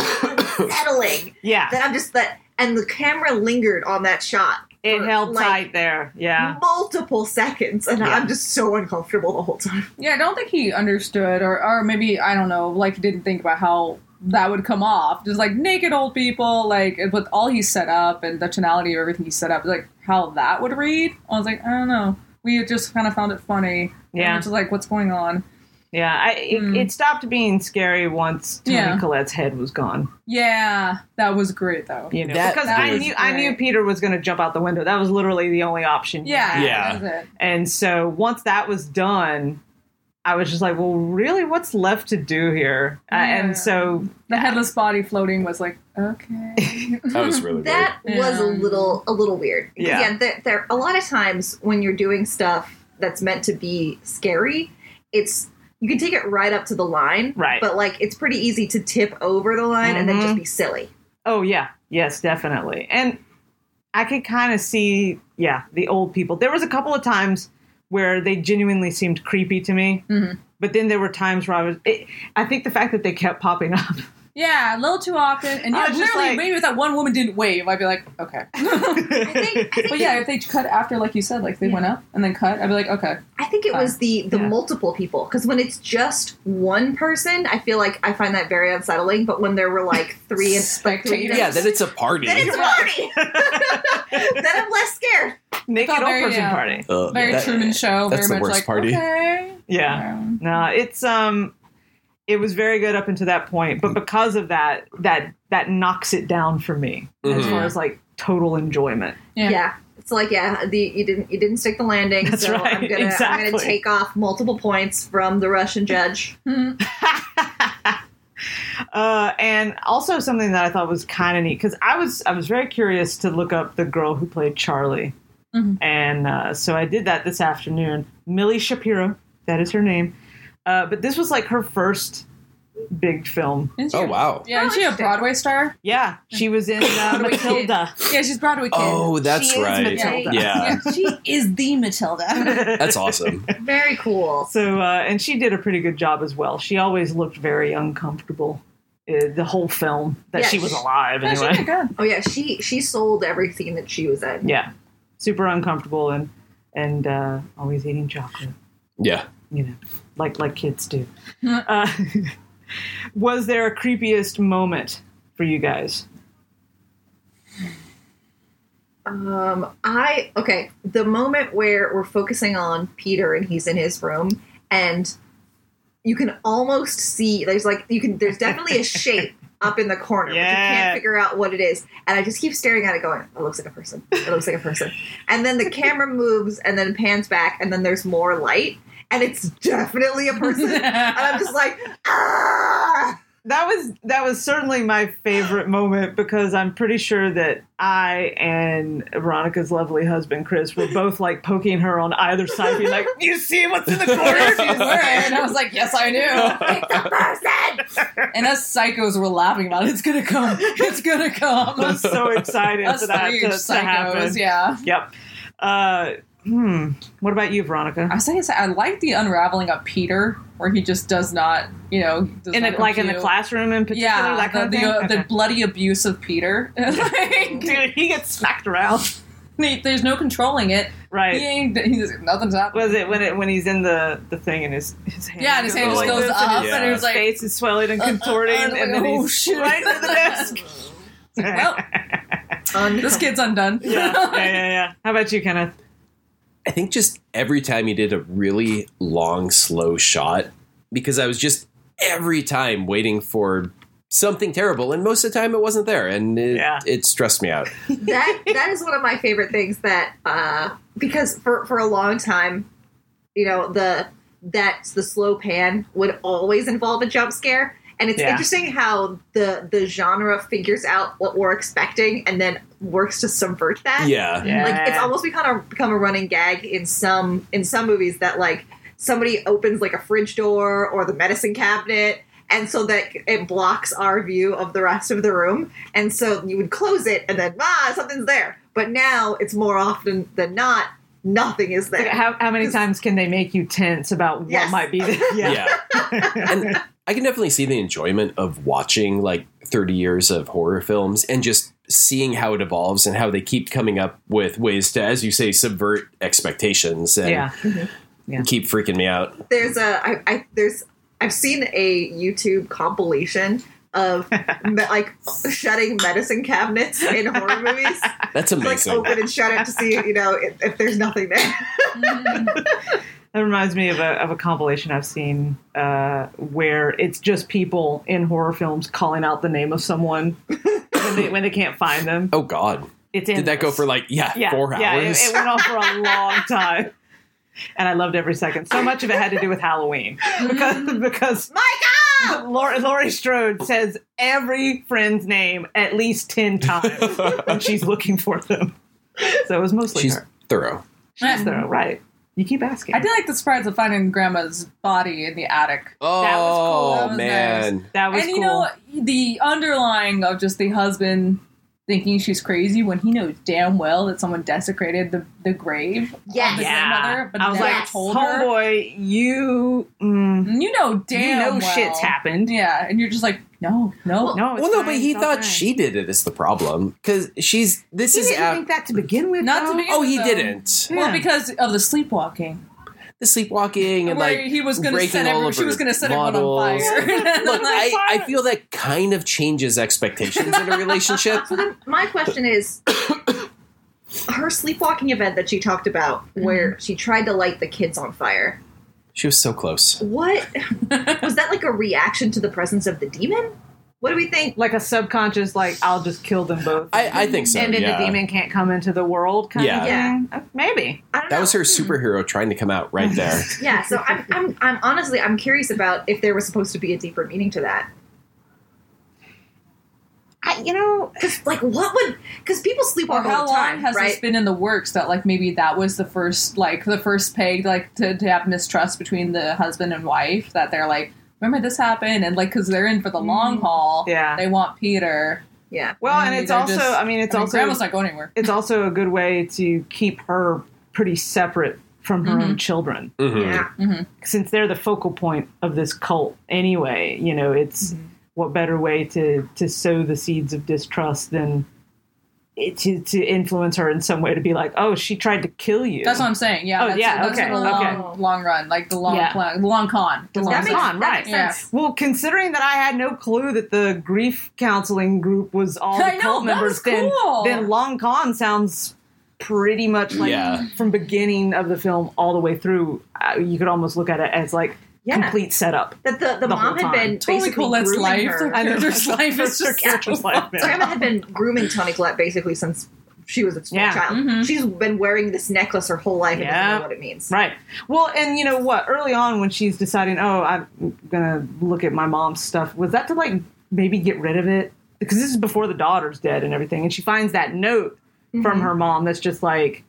Speaker 4: unsettling
Speaker 1: yeah.
Speaker 4: that i'm just that and the camera lingered on that shot
Speaker 1: It
Speaker 4: for,
Speaker 1: held
Speaker 4: like,
Speaker 1: tight there. Yeah.
Speaker 4: multiple seconds, and
Speaker 1: Yeah.
Speaker 4: I'm just so uncomfortable the whole time.
Speaker 3: Yeah, I don't think he understood, or or maybe I don't know, like didn't think about how that would come off. Just like naked old people, like with all he set up and the tonality of everything he set up, like how that would read. I was like, I don't know. We just kind of found it funny.
Speaker 1: Yeah.
Speaker 3: Which is like, what's going on?
Speaker 1: Yeah. I, it,
Speaker 3: Mm.
Speaker 1: it stopped being scary once Tony
Speaker 3: Yeah.
Speaker 1: Collette's head was gone.
Speaker 3: Yeah, that was great though.
Speaker 1: You know,
Speaker 2: That
Speaker 1: because I
Speaker 2: was
Speaker 1: knew I knew
Speaker 3: great.
Speaker 1: Peter was going to jump out the window. That was literally the only option. you
Speaker 3: Yeah,
Speaker 1: had.
Speaker 2: Yeah.
Speaker 3: That's it.
Speaker 1: And so once that was done, I was just like, well, really, what's left to do here? Uh,
Speaker 3: Yeah.
Speaker 1: and so
Speaker 3: The headless body floating was like okay.
Speaker 2: That was really
Speaker 4: That
Speaker 3: Yeah.
Speaker 4: was a little a little weird. 'Cause,
Speaker 1: Yeah.
Speaker 4: there, there a lot of times when you're doing stuff that's meant to be scary, it's you can take it right up to the line,
Speaker 1: Right.
Speaker 4: But like it's pretty easy to tip over the line and then
Speaker 1: Mhm.
Speaker 4: just be silly.
Speaker 1: Oh yeah, yes, definitely. And I could kind of see, yeah, the old people. There was a couple of times where they genuinely seemed creepy to me,
Speaker 4: Mm-hmm.
Speaker 3: Mhm.
Speaker 1: but then there were times where I was. It, I think the fact that they kept popping up.
Speaker 3: yeah, a little too often. And
Speaker 1: I
Speaker 3: yeah,
Speaker 1: was
Speaker 3: literally,
Speaker 1: just like-
Speaker 3: maybe if that one woman didn't wave, I'd be like, okay.
Speaker 4: I think, I think
Speaker 3: But yeah, if they cut after, like you said, like they went up and then cut, I'd be like, okay.
Speaker 4: I think it
Speaker 3: Uh,
Speaker 4: was the the
Speaker 1: yeah.
Speaker 4: multiple people because when it's just one person, I feel like I find that very unsettling. But when there were like three and
Speaker 3: Spectators.
Speaker 2: yeah, then it's a party.
Speaker 4: then it's a party. then I'm less scared.
Speaker 1: Naked
Speaker 3: felt
Speaker 1: old
Speaker 3: very,
Speaker 1: person
Speaker 3: yeah.
Speaker 1: party.
Speaker 2: Uh,
Speaker 3: Very
Speaker 2: that-
Speaker 3: Truman Show.
Speaker 2: that's the
Speaker 3: very much
Speaker 2: worst
Speaker 3: like
Speaker 2: party.
Speaker 3: okay.
Speaker 1: Yeah.
Speaker 3: Um,
Speaker 1: No, it's um, it was very good up until that point, but because of that, that that knocks it down for me as
Speaker 2: Mhm.
Speaker 1: far as like total enjoyment.
Speaker 3: Yeah.
Speaker 4: Yeah. It's like yeah, the, you didn't you didn't stick the landing.
Speaker 1: That's
Speaker 4: so
Speaker 1: right,
Speaker 4: I'm gonna I'm
Speaker 1: exactly.
Speaker 4: gonna take off multiple points from the Russian judge.
Speaker 3: hmm.
Speaker 1: Uh, and also something that I thought was kind of neat because I was I was very curious to look up the girl who played Charlie,
Speaker 3: Mhm.
Speaker 1: and uh, so I did that this afternoon. Millie Shapiro, that is her name. Uh, but this was like her first big film.
Speaker 3: Isn't she
Speaker 2: Oh
Speaker 3: a-
Speaker 2: wow.
Speaker 3: Yeah, isn't she a
Speaker 4: interesting.
Speaker 3: Broadway star?
Speaker 1: Yeah, she was in uh,
Speaker 3: Broadway kid.
Speaker 1: Matilda.
Speaker 3: Yeah, she's Broadway kid.
Speaker 2: Oh, that's
Speaker 1: She is
Speaker 2: right.
Speaker 1: Matilda.
Speaker 2: Yeah.
Speaker 3: she is the Matilda.
Speaker 2: That's awesome.
Speaker 4: Very cool.
Speaker 1: So, uh, and she did a pretty good job as well. She always looked very uncomfortable uh, the whole film that
Speaker 4: Yeah,
Speaker 1: she was
Speaker 4: she-
Speaker 1: alive
Speaker 3: Yeah, she
Speaker 1: anyway.
Speaker 3: did good.
Speaker 4: Oh yeah, she she sold every scene that she was in.
Speaker 1: Yeah, super uncomfortable and and uh, always eating chocolate,
Speaker 2: Yeah.
Speaker 1: you know, like like kids do. uh, was there a creepiest moment for you guys?
Speaker 4: Um, I okay. The moment where we're focusing on Peter and he's in his room, and you can almost see there's like you can there's definitely a shape up in the corner, but you
Speaker 1: Yeah.
Speaker 4: can't figure out what it is. And I just keep staring at it, going, "It looks like a person. It looks like a person." And then the camera moves, and then pans back, and then there's more light, and it's definitely a person. and I'm just like, ah!
Speaker 1: that was that was certainly my favorite moment because I'm pretty sure that I and Veronica's lovely husband Chris were both like poking her on either side, being like, "You see what's in the corner?"
Speaker 3: She was wearing it, and I was like, yes, I do.
Speaker 4: It's a person.
Speaker 3: And us psychos were laughing about it. It's gonna come. It's gonna
Speaker 1: I'm
Speaker 3: come.
Speaker 1: so excited
Speaker 3: Us
Speaker 1: for that
Speaker 3: huge
Speaker 1: to, to happen.
Speaker 3: psychos, yeah.
Speaker 1: Yep. Uh, hmm. What about you, Veronica?
Speaker 3: I say, I like the unraveling of Peter, where he just does not, you know, does
Speaker 1: in
Speaker 3: not
Speaker 1: it, like in the
Speaker 3: compute.
Speaker 1: classroom in particular,
Speaker 3: Yeah,
Speaker 1: that kind
Speaker 3: the,
Speaker 1: of
Speaker 3: the,
Speaker 1: thing.
Speaker 3: uh, the bloody abuse of Peter.
Speaker 1: Okay.
Speaker 3: like,
Speaker 1: Dude, he gets smacked around,
Speaker 3: there's no controlling it.
Speaker 1: right?
Speaker 3: He ain't, he's, nothing's happening.
Speaker 1: Was it when it when he's in the the thing and his his hand?
Speaker 3: Yeah, and his hand
Speaker 2: just
Speaker 1: like
Speaker 2: goes
Speaker 1: this and
Speaker 2: up,
Speaker 1: his
Speaker 2: and it
Speaker 3: was like-
Speaker 1: face is swelling and contorting,
Speaker 3: Uh, uh,
Speaker 1: and then
Speaker 3: like, oh,
Speaker 1: he's
Speaker 3: shit.
Speaker 1: right into the desk.
Speaker 3: well, this kid's undone.
Speaker 1: yeah, yeah, yeah, yeah. How about you, Kenneth?
Speaker 2: I think just every time he did a really long, slow shot, because I was just every time waiting for something terrible, and most of the time it wasn't there, and it,
Speaker 1: Yeah.
Speaker 2: it stressed me out.
Speaker 4: that that is one of my favorite things that uh because for for a long time you know the that's the slow pan would always involve a jump scare and it's
Speaker 1: Yeah.
Speaker 4: interesting how the the genre figures out what we're expecting and then works to subvert that
Speaker 2: Yeah,
Speaker 1: Yeah.
Speaker 4: like it's almost become a become a running gag in some in some movies that like somebody opens like a fridge door or the medicine cabinet and so that it blocks our view of the rest of the room and so you would close it and then ah something's there but now it's more often than not nothing is there
Speaker 1: How how many times can they make you tense about what
Speaker 4: Yes.
Speaker 1: might be? The, yeah.
Speaker 2: yeah. and I can definitely see the enjoyment of watching like 30 years of horror films and just seeing how it evolves and how they keep coming up with ways to, as you say, subvert expectations and
Speaker 1: Yeah. Yeah.
Speaker 2: keep freaking me out.
Speaker 4: there's a I, I there's I've seen a YouTube compilation of me, like shutting medicine cabinets in horror movies
Speaker 2: That's
Speaker 4: like
Speaker 1: oh,
Speaker 2: amazing.
Speaker 4: open and shut it to see you know if, if there's nothing there
Speaker 3: Mm.
Speaker 1: That reminds me of a, of a compilation I've seen uh, where it's just people in horror films calling out the name of someone when, they, when they can't find them.
Speaker 2: oh, God.
Speaker 1: It's
Speaker 2: Did that go for like, yeah, four hours?
Speaker 1: Yeah, it, it went on for a long time. And I loved every second. So much of it had to do with Halloween
Speaker 3: Mm-hmm.
Speaker 1: because because
Speaker 4: Michael!
Speaker 1: Lori, Laurie Strode says every friend's name at least ten times when she's looking for them. So it was mostly
Speaker 2: She's
Speaker 1: her.
Speaker 2: thorough.
Speaker 1: She's thorough, right? You keep asking.
Speaker 3: Mm-hmm. I did like the surprise of finding Grandma's body in the attic.
Speaker 2: Oh,
Speaker 1: was cool.
Speaker 3: That was
Speaker 2: man.
Speaker 1: That was
Speaker 3: and
Speaker 1: cool.
Speaker 3: you know the underlying of just the husband thinking she's crazy when he knows damn well that someone desecrated the, the grave.
Speaker 4: Yes.
Speaker 3: of the
Speaker 1: Yeah.
Speaker 3: grandmother, but
Speaker 1: I was
Speaker 3: never
Speaker 1: like,
Speaker 3: told her.
Speaker 1: homeboy, you, mm,
Speaker 3: You know
Speaker 1: you
Speaker 3: damn
Speaker 1: know
Speaker 3: well.
Speaker 1: shit's happened.
Speaker 3: Yeah, and you're just like, no, no.
Speaker 1: No, it's
Speaker 2: well, no,
Speaker 1: fine,
Speaker 2: but he
Speaker 1: it's all
Speaker 2: thought
Speaker 1: fine.
Speaker 2: she did it is the problem because she's. This
Speaker 1: He
Speaker 2: is
Speaker 1: didn't
Speaker 2: out.
Speaker 1: think that to begin with.
Speaker 3: Not to
Speaker 1: though.
Speaker 3: begin
Speaker 2: oh, he
Speaker 3: though.
Speaker 2: didn't.
Speaker 1: Yeah.
Speaker 3: Well, because of the sleepwalking,
Speaker 2: The sleepwalking and
Speaker 3: where
Speaker 2: like
Speaker 3: he was going to
Speaker 2: breaking
Speaker 3: set
Speaker 2: all
Speaker 3: everyone,
Speaker 2: of
Speaker 3: she was
Speaker 2: her
Speaker 3: going to set everyone on
Speaker 2: models.
Speaker 3: fire.
Speaker 2: Look, I,
Speaker 1: fire.
Speaker 2: I feel that kind of changes expectations in a relationship.
Speaker 4: So then, my question is, her sleepwalking event that she talked about, where she tried to light the kids on fire.
Speaker 2: she was so close.
Speaker 4: What was that like a reaction to the presence of the demon? What do we think?
Speaker 1: like a subconscious, like I'll just kill them both,
Speaker 2: I, I think so.
Speaker 1: and then
Speaker 2: yeah.
Speaker 1: the demon can't come into the world. Kind
Speaker 2: Yeah.
Speaker 1: of thing. Uh, maybe.
Speaker 4: I don't know.
Speaker 2: That
Speaker 3: Hmm.
Speaker 2: was her superhero trying to come out right there.
Speaker 4: Yeah. So I'm, I'm, I'm honestly, I'm curious about if there was supposed to be a deeper meaning to that.
Speaker 1: I, you know,
Speaker 4: Because like, what would? Because people
Speaker 3: Or
Speaker 4: sleepwalk
Speaker 3: how
Speaker 4: all the time,
Speaker 3: long has
Speaker 4: right?
Speaker 3: this been in the works that like maybe that was the first like the first peg like to, to have mistrust between the husband and wife that they're like remember this happened and like because they're in for the long
Speaker 1: Mm-hmm.
Speaker 3: haul
Speaker 1: Yeah.
Speaker 3: they want Peter
Speaker 4: yeah.
Speaker 1: well,
Speaker 3: I
Speaker 1: and
Speaker 3: mean,
Speaker 1: it's
Speaker 3: they're
Speaker 1: also.
Speaker 3: just-
Speaker 1: I mean, it's
Speaker 3: I mean,
Speaker 1: also
Speaker 3: grandma's not going anywhere
Speaker 1: it's also a good way to keep her pretty separate from her
Speaker 3: Mm-hmm.
Speaker 1: own children.
Speaker 2: Mhm.
Speaker 4: Yeah.
Speaker 1: since they're the focal point of this cult anyway, you know, it's
Speaker 3: Mm-hmm.
Speaker 1: what better way to to sow the seeds of distrust than it, to to influence her in some way to be like, oh, she tried to kill you.
Speaker 3: that's what I'm saying yeah
Speaker 1: Oh,
Speaker 3: that's,
Speaker 1: yeah,
Speaker 3: that's
Speaker 1: okay,
Speaker 3: the long,
Speaker 4: okay.
Speaker 3: long run like the long
Speaker 1: Yeah.
Speaker 3: plan the long con
Speaker 1: The
Speaker 3: That's what
Speaker 1: long con,
Speaker 3: I'm saying.
Speaker 4: That makes, that
Speaker 1: right.
Speaker 4: makes
Speaker 3: Yeah.
Speaker 4: sense.
Speaker 1: well, considering that I had no clue that the grief counseling group was all the
Speaker 3: I know,
Speaker 1: cult
Speaker 3: that
Speaker 1: members,
Speaker 3: was cool.
Speaker 1: then then Long Con sounds pretty much like
Speaker 2: Yeah.
Speaker 1: from beginning of the film all the way through. Uh, you could almost look at it as like
Speaker 4: Yeah.
Speaker 1: complete setup.
Speaker 4: That the, the,
Speaker 1: The whole
Speaker 4: mom had
Speaker 1: time.
Speaker 4: been
Speaker 3: totally
Speaker 4: basically
Speaker 3: Colette's
Speaker 4: grooming
Speaker 3: life
Speaker 4: her.
Speaker 3: their character's life is
Speaker 1: Her
Speaker 3: just so
Speaker 1: character's life, yeah.
Speaker 4: Grandma had been grooming Tony Collette basically since she was a small
Speaker 1: Yeah. mm-hmm.
Speaker 4: child.
Speaker 3: Mhm.
Speaker 4: She's been wearing this necklace her whole life and doesn't
Speaker 1: Yeah.
Speaker 4: know what it means.
Speaker 1: Right. Well, and you know what? Early on, when she's deciding, oh, I'm gonna look at my mom's stuff, was that to like maybe get rid of it? Because this is before the daughter's dead and everything, and she finds that note from her mom that's just like,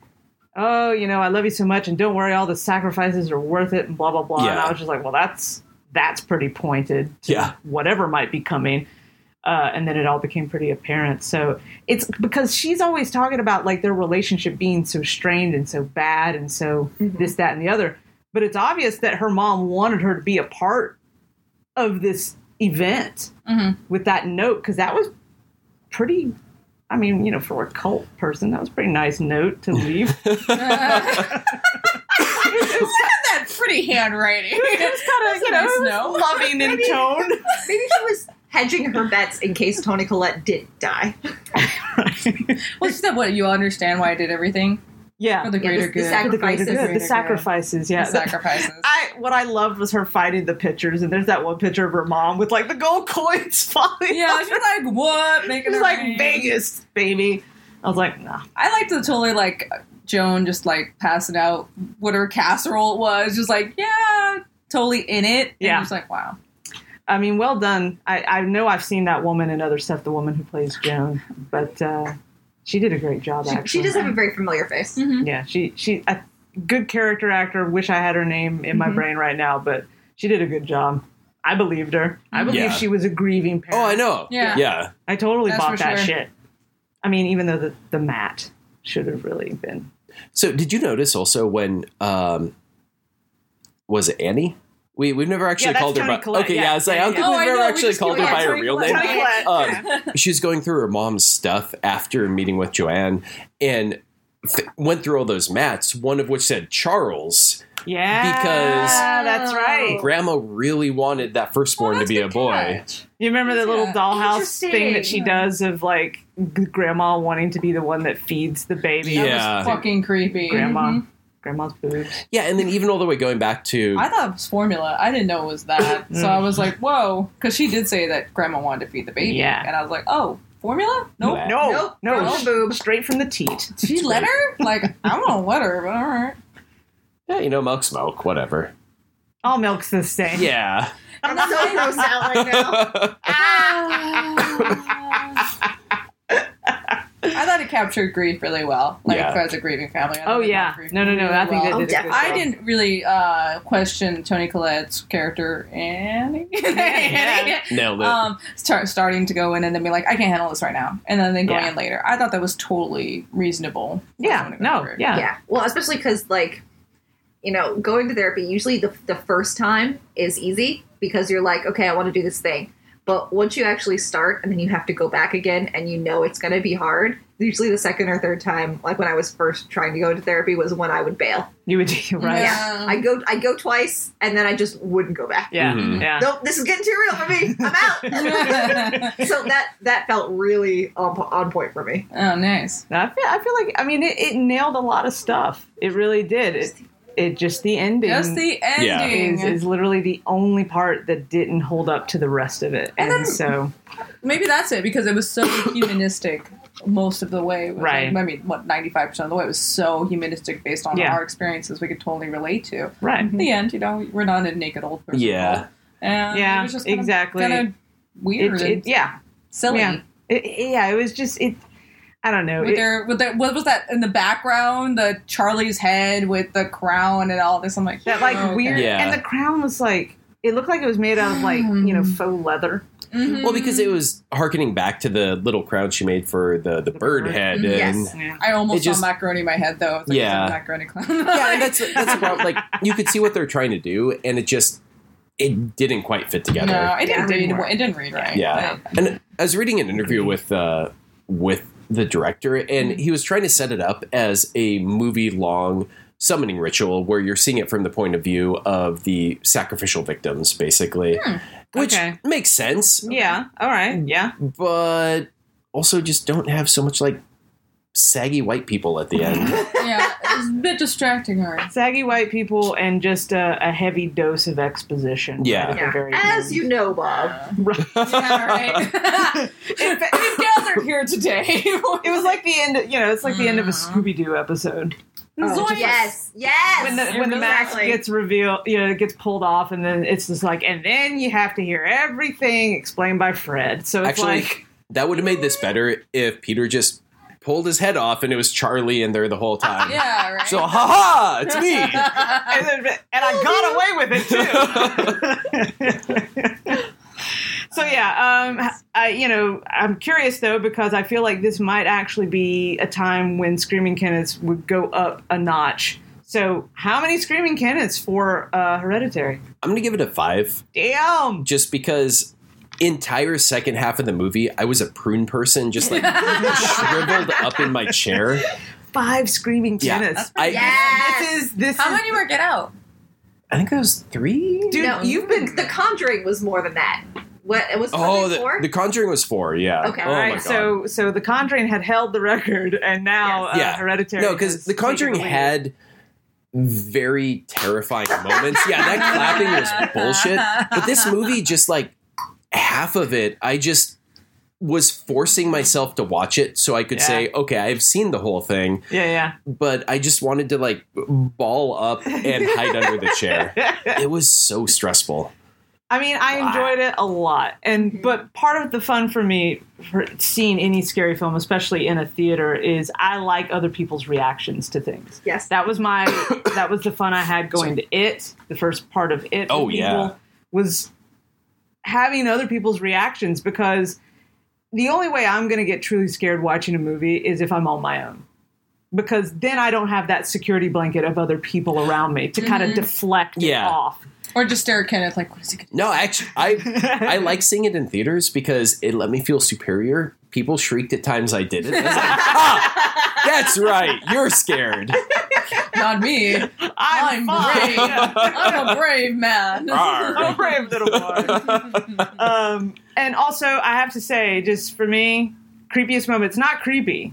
Speaker 1: oh, you know, I love you so much, and don't worry, all the sacrifices are worth it, and blah blah blah. And
Speaker 2: Yeah.
Speaker 1: I was just like, well, that's that's pretty pointed to
Speaker 2: Yeah.
Speaker 1: whatever might be coming. Uh, and then it all became pretty apparent. So it's because she's always talking about like their relationship being so strained and so bad and so this, that, and the other. But it's obvious that her mom wanted her to be a part of this event
Speaker 3: Mhm.
Speaker 1: with that note because that was pretty. I mean, you know, for a cult person, that was a pretty nice note to leave.
Speaker 3: That's pretty handwriting.
Speaker 1: kind of, you know,
Speaker 3: nice
Speaker 1: it was
Speaker 3: note.
Speaker 1: loving in tone.
Speaker 4: Maybe she was hedging her bets in case Tony Collette did die.
Speaker 3: well, she said, "What you understand why I did everything
Speaker 1: yeah,
Speaker 3: for the
Speaker 4: Yeah,
Speaker 3: greater
Speaker 4: the- the
Speaker 3: good."
Speaker 4: sac-
Speaker 1: For the greater
Speaker 4: sacrifices.
Speaker 1: good,
Speaker 3: Greater
Speaker 1: the
Speaker 3: good.
Speaker 1: sacrifices.
Speaker 3: The
Speaker 1: Yeah,
Speaker 3: sacrifices.
Speaker 1: I what I loved was her finding the pictures, and there's that one picture of her mom with like the gold coins falling.
Speaker 3: yeah,
Speaker 1: off.
Speaker 3: she's like, "What?" Making
Speaker 1: she's
Speaker 3: her
Speaker 1: like
Speaker 3: ring.
Speaker 1: Vegas, baby. I was like, nah.
Speaker 3: I liked the totally like Joan just like passing out whatever casserole it was, just like yeah, totally in it. And
Speaker 1: Yeah.
Speaker 3: just like wow.
Speaker 1: I mean, well done. I, I know I've seen that woman in other stuff, the woman who plays Joan, but uh, she did a great job.
Speaker 4: She,
Speaker 1: Actually,
Speaker 4: she does have a very familiar face.
Speaker 3: Mm-hmm.
Speaker 1: Yeah, she she a good character actor. Wish I had her name in my
Speaker 3: Mhm.
Speaker 1: brain right now, but she did a good job. I believed her. I
Speaker 3: Mm-hmm.
Speaker 1: believe
Speaker 2: Yeah.
Speaker 1: she was a grieving parent.
Speaker 2: Oh, I know.
Speaker 3: Yeah.
Speaker 2: Yeah.
Speaker 1: I totally
Speaker 3: That's
Speaker 1: bought
Speaker 3: for
Speaker 1: that
Speaker 3: sure.
Speaker 1: shit. I mean, even though the the mat should have really been
Speaker 2: So did you notice also when um was it Annie? We we've never actually
Speaker 1: that's
Speaker 2: called her
Speaker 1: Tony
Speaker 2: by
Speaker 1: Collette,
Speaker 2: Okay,
Speaker 1: yeah.
Speaker 2: yeah, I was like, I don't
Speaker 1: Yeah,
Speaker 2: think
Speaker 3: yeah. Oh,
Speaker 2: we've
Speaker 3: I
Speaker 2: ever
Speaker 3: know, we
Speaker 2: actually
Speaker 3: just
Speaker 2: called her
Speaker 3: called her
Speaker 2: by her
Speaker 1: Tony
Speaker 2: real
Speaker 1: Collette.
Speaker 2: name.
Speaker 1: Tony Collette.
Speaker 2: Um, she was going through her mom's stuff after meeting with Joanne and th- went through all those mats, one of which said Charles.
Speaker 1: yeah
Speaker 2: Because-
Speaker 1: that's right.
Speaker 2: Grandma really wanted that firstborn
Speaker 3: Well,
Speaker 2: to
Speaker 3: that's
Speaker 2: be a
Speaker 3: good
Speaker 2: boy.
Speaker 3: catch.
Speaker 1: You remember that little
Speaker 3: Yeah.
Speaker 1: dollhouse thing that she
Speaker 3: Interesting.
Speaker 1: does of like g- grandma wanting to be the one that feeds the baby.
Speaker 2: Yeah.
Speaker 3: That was fucking creepy.
Speaker 1: grandma,
Speaker 3: Mhm.
Speaker 1: grandma's boobs.
Speaker 2: Yeah, and then even all the way going back to
Speaker 3: I thought it was formula. I didn't know it was that. so I was like, whoa, because she did say that grandma wanted to feed the baby.
Speaker 1: Yeah.
Speaker 3: And I was like, oh, formula? Nope.
Speaker 2: Wow.
Speaker 1: No,
Speaker 4: Nope,
Speaker 1: no,
Speaker 4: girl
Speaker 1: sh-
Speaker 4: boob.
Speaker 1: straight from the teat.
Speaker 3: She let her? Like, I want to let her, but all right.
Speaker 2: yeah, you know, milk's milk, whatever.
Speaker 1: All milk's the same.
Speaker 2: Yeah.
Speaker 4: I'm so grossed out right now.
Speaker 3: Ah. I thought it captured grief really well. Like,
Speaker 2: Yeah.
Speaker 3: as a grieving family. I thought
Speaker 1: Oh
Speaker 3: it
Speaker 1: yeah.
Speaker 3: captured
Speaker 1: No, no, no.
Speaker 3: really
Speaker 1: I think
Speaker 3: well.
Speaker 1: they did. a good
Speaker 4: Oh,
Speaker 3: I
Speaker 1: job.
Speaker 3: didn't really uh, question Tony Collette's character, Annie.
Speaker 1: Yeah.
Speaker 2: Nailed it.
Speaker 3: um, start starting to go in and then be like, I can't handle this right now, and then, then going
Speaker 1: Yeah.
Speaker 3: in later. I thought that was totally reasonable.
Speaker 1: Yeah. No. Yeah.
Speaker 4: yeah well especially because like you know going to therapy usually the, the first time is easy because you're like okay i want to do this thing but once you actually start and then you have to go back again and you know it's going to be hard usually the second or third time like when i was first trying to go to therapy was when i would bail
Speaker 1: You would. do Right. Yeah.
Speaker 3: Yeah.
Speaker 4: i go i go twice and then i just wouldn't go back
Speaker 1: Um. Yeah.
Speaker 2: Mhm.
Speaker 4: nope this is getting too real for me i'm out
Speaker 3: oh,
Speaker 4: so that that felt really on, po- on point for me
Speaker 2: Oh,
Speaker 3: nice.
Speaker 1: I feel. I feel like. I mean, it, it nailed a lot of stuff. It really did. It. It just the ending.
Speaker 3: Just the
Speaker 2: Yeah.
Speaker 3: ending.
Speaker 1: is, is literally the only part that didn't hold up to the rest of it,
Speaker 3: And
Speaker 1: and,
Speaker 3: then-
Speaker 1: so
Speaker 3: Maybe that's it because it was so humanistic most of the way. It was
Speaker 1: Right.
Speaker 3: Like, I mean, what ninety five percent of the way it was so humanistic based on
Speaker 1: Yeah.
Speaker 3: our experiences we could totally relate to.
Speaker 1: right,
Speaker 3: In the end, you know, we're not a naked old person.
Speaker 2: Yeah.
Speaker 3: And
Speaker 1: Yeah,
Speaker 3: It was just kind
Speaker 1: exactly.
Speaker 3: Of, kind of weird
Speaker 1: it,
Speaker 3: and
Speaker 1: it, yeah,
Speaker 3: silly.
Speaker 1: yeah. It, it- yeah, it was just it. I don't know.
Speaker 3: with
Speaker 1: It,
Speaker 3: their with their, what was that in the background? The Charlie's head with the crown and all this. I'm like
Speaker 1: that like
Speaker 3: oh, okay.
Speaker 1: weird,
Speaker 2: Yeah.
Speaker 1: and the crown was like it looked like it was made out of like you know
Speaker 3: Mm.
Speaker 1: faux leather.
Speaker 3: Mhm.
Speaker 2: Well, because it was harkening back to the little crown she made for the, the, bird,
Speaker 1: bird.
Speaker 2: head.
Speaker 3: Mhm.
Speaker 2: And,
Speaker 4: Yes.
Speaker 3: I almost
Speaker 2: it just-
Speaker 3: saw macaroni in my head though. I was like,
Speaker 2: Yeah.
Speaker 3: "Is that a macaroni clown.
Speaker 2: Yeah, and that's that's the problem. Like you could see what they're trying to do, and it just it didn't quite fit together.
Speaker 3: no, it
Speaker 1: Yeah, it
Speaker 3: didn't read.
Speaker 1: didn't work.
Speaker 3: It didn't read right.
Speaker 2: Yeah. And I was reading an interview with uh, with the director, and he was trying to set it up as a movie long summoning ritual where you're seeing it from the point of view of the sacrificial victims, basically,
Speaker 3: Hmm.
Speaker 2: which
Speaker 1: Okay.
Speaker 2: makes sense,
Speaker 1: Yeah. All right. Yeah.
Speaker 2: but also just don't have so much like saggy white people at the end.
Speaker 3: yeah, it's a bit distracting her.
Speaker 1: Saggy white people and just a, a heavy dose of exposition.
Speaker 2: Yeah.
Speaker 1: right at the
Speaker 4: Yeah.
Speaker 1: very
Speaker 4: As
Speaker 1: end.
Speaker 4: you know, Bob.
Speaker 1: Right.
Speaker 3: Yeah, right. if, if gathered here today,
Speaker 1: It was like the end. You know, it's like the end of a Scooby Doo episode
Speaker 4: Oh,
Speaker 3: Zoinks.
Speaker 4: yes, Mm-hmm. yes.
Speaker 1: when the when the mask
Speaker 4: Exactly.
Speaker 1: gets revealed. You know, it gets pulled off, and then it's just like, and then you have to hear everything explained by Fred. So it's
Speaker 2: Actually,
Speaker 1: like,
Speaker 2: that would have made this better if Peter just pulled his head off and it was Charlie in there the whole time.
Speaker 3: Yeah, right.
Speaker 2: So, haha, it's me.
Speaker 1: and, then- and I got away with it too. So yeah, um, I, you know, I'm curious though because I feel like this might actually be a time when Screaming Kennets would go up a notch. So how many Screaming Kennets for uh, Hereditary?
Speaker 2: I'm going to give it a five.
Speaker 1: Damn.
Speaker 2: just because entire second half of the movie i was a prune person just like shriveled up in my chair
Speaker 1: Five screaming
Speaker 2: Yeah.
Speaker 1: tennis.
Speaker 2: i
Speaker 4: Yes.
Speaker 1: This is this
Speaker 3: How
Speaker 1: is
Speaker 3: many were Get Out?
Speaker 2: i think it was three
Speaker 1: dude.
Speaker 4: no, you've been. The Conjuring was more than that. What it was?
Speaker 2: oh
Speaker 4: something
Speaker 2: the,
Speaker 4: more?
Speaker 2: the conjuring was four yeah
Speaker 4: Okay,
Speaker 2: oh
Speaker 4: all
Speaker 1: All
Speaker 2: my
Speaker 1: right,
Speaker 2: god
Speaker 1: so so the Conjuring had held the record, and now
Speaker 2: Yes.
Speaker 1: uh,
Speaker 2: Yeah.
Speaker 1: Hereditary.
Speaker 2: no because
Speaker 1: has
Speaker 2: the conjuring
Speaker 1: taken the lead.
Speaker 2: had very terrifying moments yeah that clapping was bullshit but this movie just like half of it i just was forcing myself to watch it so i could
Speaker 1: Yeah.
Speaker 2: say okay i've seen the whole thing
Speaker 1: Yeah,
Speaker 2: but I just wanted to like ball up and hide under the chair.
Speaker 1: yeah.
Speaker 2: It was so stressful.
Speaker 1: I mean, I
Speaker 2: Wow.
Speaker 1: enjoyed it a lot,
Speaker 2: Hmm.
Speaker 1: and but part of the fun for me for seeing any scary film, especially in a theater, is I like other people's reactions to things.
Speaker 4: yes,
Speaker 1: That was my that was the fun I had going to it. The first part of it. with
Speaker 2: Oh, yeah.
Speaker 1: people, was having other people's reactions because the only way I'm going to get truly scared watching a movie is if I'm on my own. Because then I don't have that security blanket of other people around me to kind of deflect it
Speaker 2: Mm-hmm. Yeah.
Speaker 1: off.
Speaker 3: Or just stare at Kenneth like, what is he going to
Speaker 2: No, actually, I I like seeing it in theaters because it let me feel superior. People shrieked at times I didn't. I was like, "Ha! that's right, you're scared.
Speaker 3: do? Not me.
Speaker 1: I'm,
Speaker 3: I'm
Speaker 1: fine.
Speaker 3: brave. I'm a brave man.
Speaker 2: Arr.
Speaker 1: I'm a brave little boy. um, and also, I have to say, just for me, creepiest moments, not creepy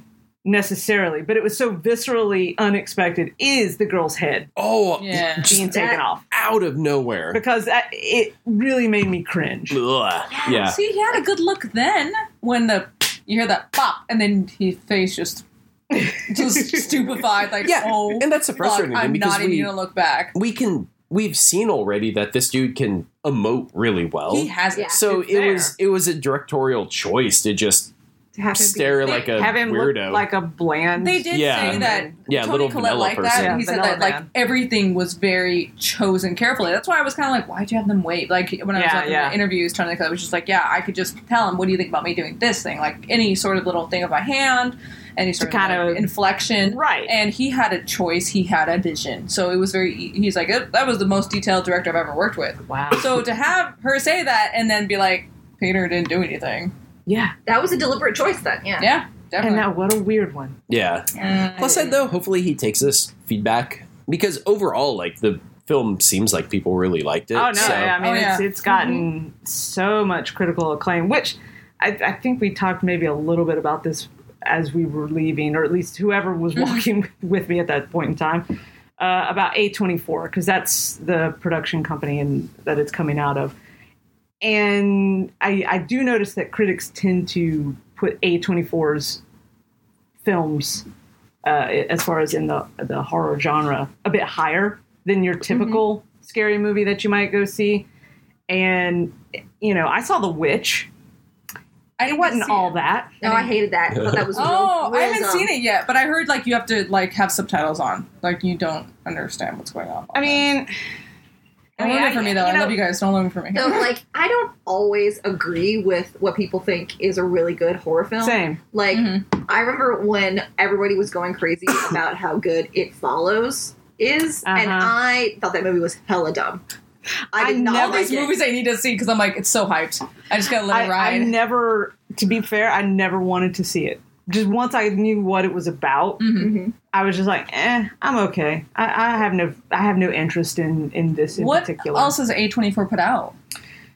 Speaker 1: necessarily, but it was so viscerally unexpected, is the girl's head
Speaker 2: Oh,
Speaker 3: Yeah.
Speaker 2: just
Speaker 1: being taken off.
Speaker 2: out of nowhere.
Speaker 1: Because I, it really made me cringe.
Speaker 2: Ugh. Yeah,
Speaker 3: See, he had a good look then when the you hear that pop and then his face just just stupefied like
Speaker 2: yeah,
Speaker 3: oh
Speaker 2: and that's the
Speaker 3: fuck,
Speaker 2: frustrating thing
Speaker 3: I'm
Speaker 2: because
Speaker 3: not even
Speaker 2: we
Speaker 3: gonna look back.
Speaker 2: we can we've seen already that this dude can emote really well.
Speaker 3: He has it.
Speaker 4: Yeah.
Speaker 2: so
Speaker 1: it's
Speaker 2: it
Speaker 1: there.
Speaker 2: was it was a directorial choice to just
Speaker 4: To have him be-
Speaker 2: stare like a
Speaker 1: Have him
Speaker 2: weirdo.
Speaker 1: look like a bland.
Speaker 3: They did
Speaker 2: Yeah.
Speaker 3: say that
Speaker 2: Yeah,
Speaker 3: Tony
Speaker 2: little
Speaker 3: Collette
Speaker 2: vanilla
Speaker 3: liked that,
Speaker 2: person.
Speaker 3: and he
Speaker 1: Yeah,
Speaker 3: said
Speaker 1: vanilla
Speaker 3: that like
Speaker 1: man.
Speaker 3: everything was very chosen carefully. That's why I was kind of like, why'd you have them wait? Like when I was
Speaker 1: Yeah,
Speaker 3: talking
Speaker 1: yeah.
Speaker 3: about interviews, Tony Collette was just like, yeah, I could just tell him, what do you think about me doing this thing? Like any sort of little thing of my hand, any sort
Speaker 1: kind
Speaker 3: of like,
Speaker 1: of-
Speaker 3: inflection,
Speaker 1: Right.
Speaker 3: And he had a choice. He had a vision. So it was very. He's like, "Oh, that was the most detailed director I've ever worked with.
Speaker 1: wow.
Speaker 3: So to have her say that and then be like, Peter didn't do anything.
Speaker 1: Yeah.
Speaker 4: That was a deliberate choice then. Yeah.
Speaker 3: Yeah,
Speaker 1: And
Speaker 3: definitely.
Speaker 1: now, what a weird one.
Speaker 2: yeah.
Speaker 3: Mm.
Speaker 2: Plus side though, hopefully he takes this feedback because overall, like the film seems like people really liked it.
Speaker 1: Oh no!
Speaker 2: so-
Speaker 1: yeah, I mean,
Speaker 3: Oh,
Speaker 1: It's,
Speaker 3: yeah. Mm-hmm.
Speaker 1: it's gotten so much critical acclaim, which I, I think we talked maybe a little bit about this as we were leaving, or at least whoever was
Speaker 3: Mm-hmm.
Speaker 1: walking with me at that point in time, uh, about A twenty four, because that's the production company and that it's coming out of. And I, I do notice that critics tend to put A 24s films uh, as far as in the the horror genre a bit higher than your
Speaker 3: Mm-hmm.
Speaker 1: typical scary movie that you might go see. And you know, I saw The Witch.
Speaker 3: I
Speaker 1: It
Speaker 3: didn't
Speaker 1: wasn't
Speaker 3: see
Speaker 1: all
Speaker 3: it.
Speaker 1: that.
Speaker 4: No, I hated that. But that was real-
Speaker 3: Oh, I
Speaker 4: real
Speaker 3: haven't
Speaker 4: dumb.
Speaker 3: seen it yet, but I heard like you have to like have subtitles on, like you don't understand what's going on.
Speaker 1: I mean,
Speaker 3: don't
Speaker 1: I mean,
Speaker 3: learn it
Speaker 1: I-
Speaker 3: for me though.
Speaker 1: you
Speaker 3: I
Speaker 1: know-
Speaker 3: love you guys. Don't learn it for me.
Speaker 4: So, like, I don't always agree with what people think is a really good horror film.
Speaker 1: same.
Speaker 4: Like,
Speaker 3: Mhm.
Speaker 4: I remember when everybody was going crazy about how good It Follows is, and
Speaker 1: Uh-huh.
Speaker 4: I thought that movie was hella dumb.
Speaker 1: I
Speaker 4: I did not
Speaker 1: never-
Speaker 3: all
Speaker 4: like
Speaker 3: these
Speaker 4: it.
Speaker 3: movies I need to see because I'm like it's so hyped. I just gotta let
Speaker 1: I,
Speaker 3: it
Speaker 1: I
Speaker 3: ride.
Speaker 1: never, to be fair, I never wanted to see it. Just once I knew what it was about,
Speaker 3: Mhm.
Speaker 4: Mhm.
Speaker 1: I was just like, "Eh, I'm okay. I, I have no, I have no interest in in this in
Speaker 3: What
Speaker 1: particular."
Speaker 3: else has A24 put out?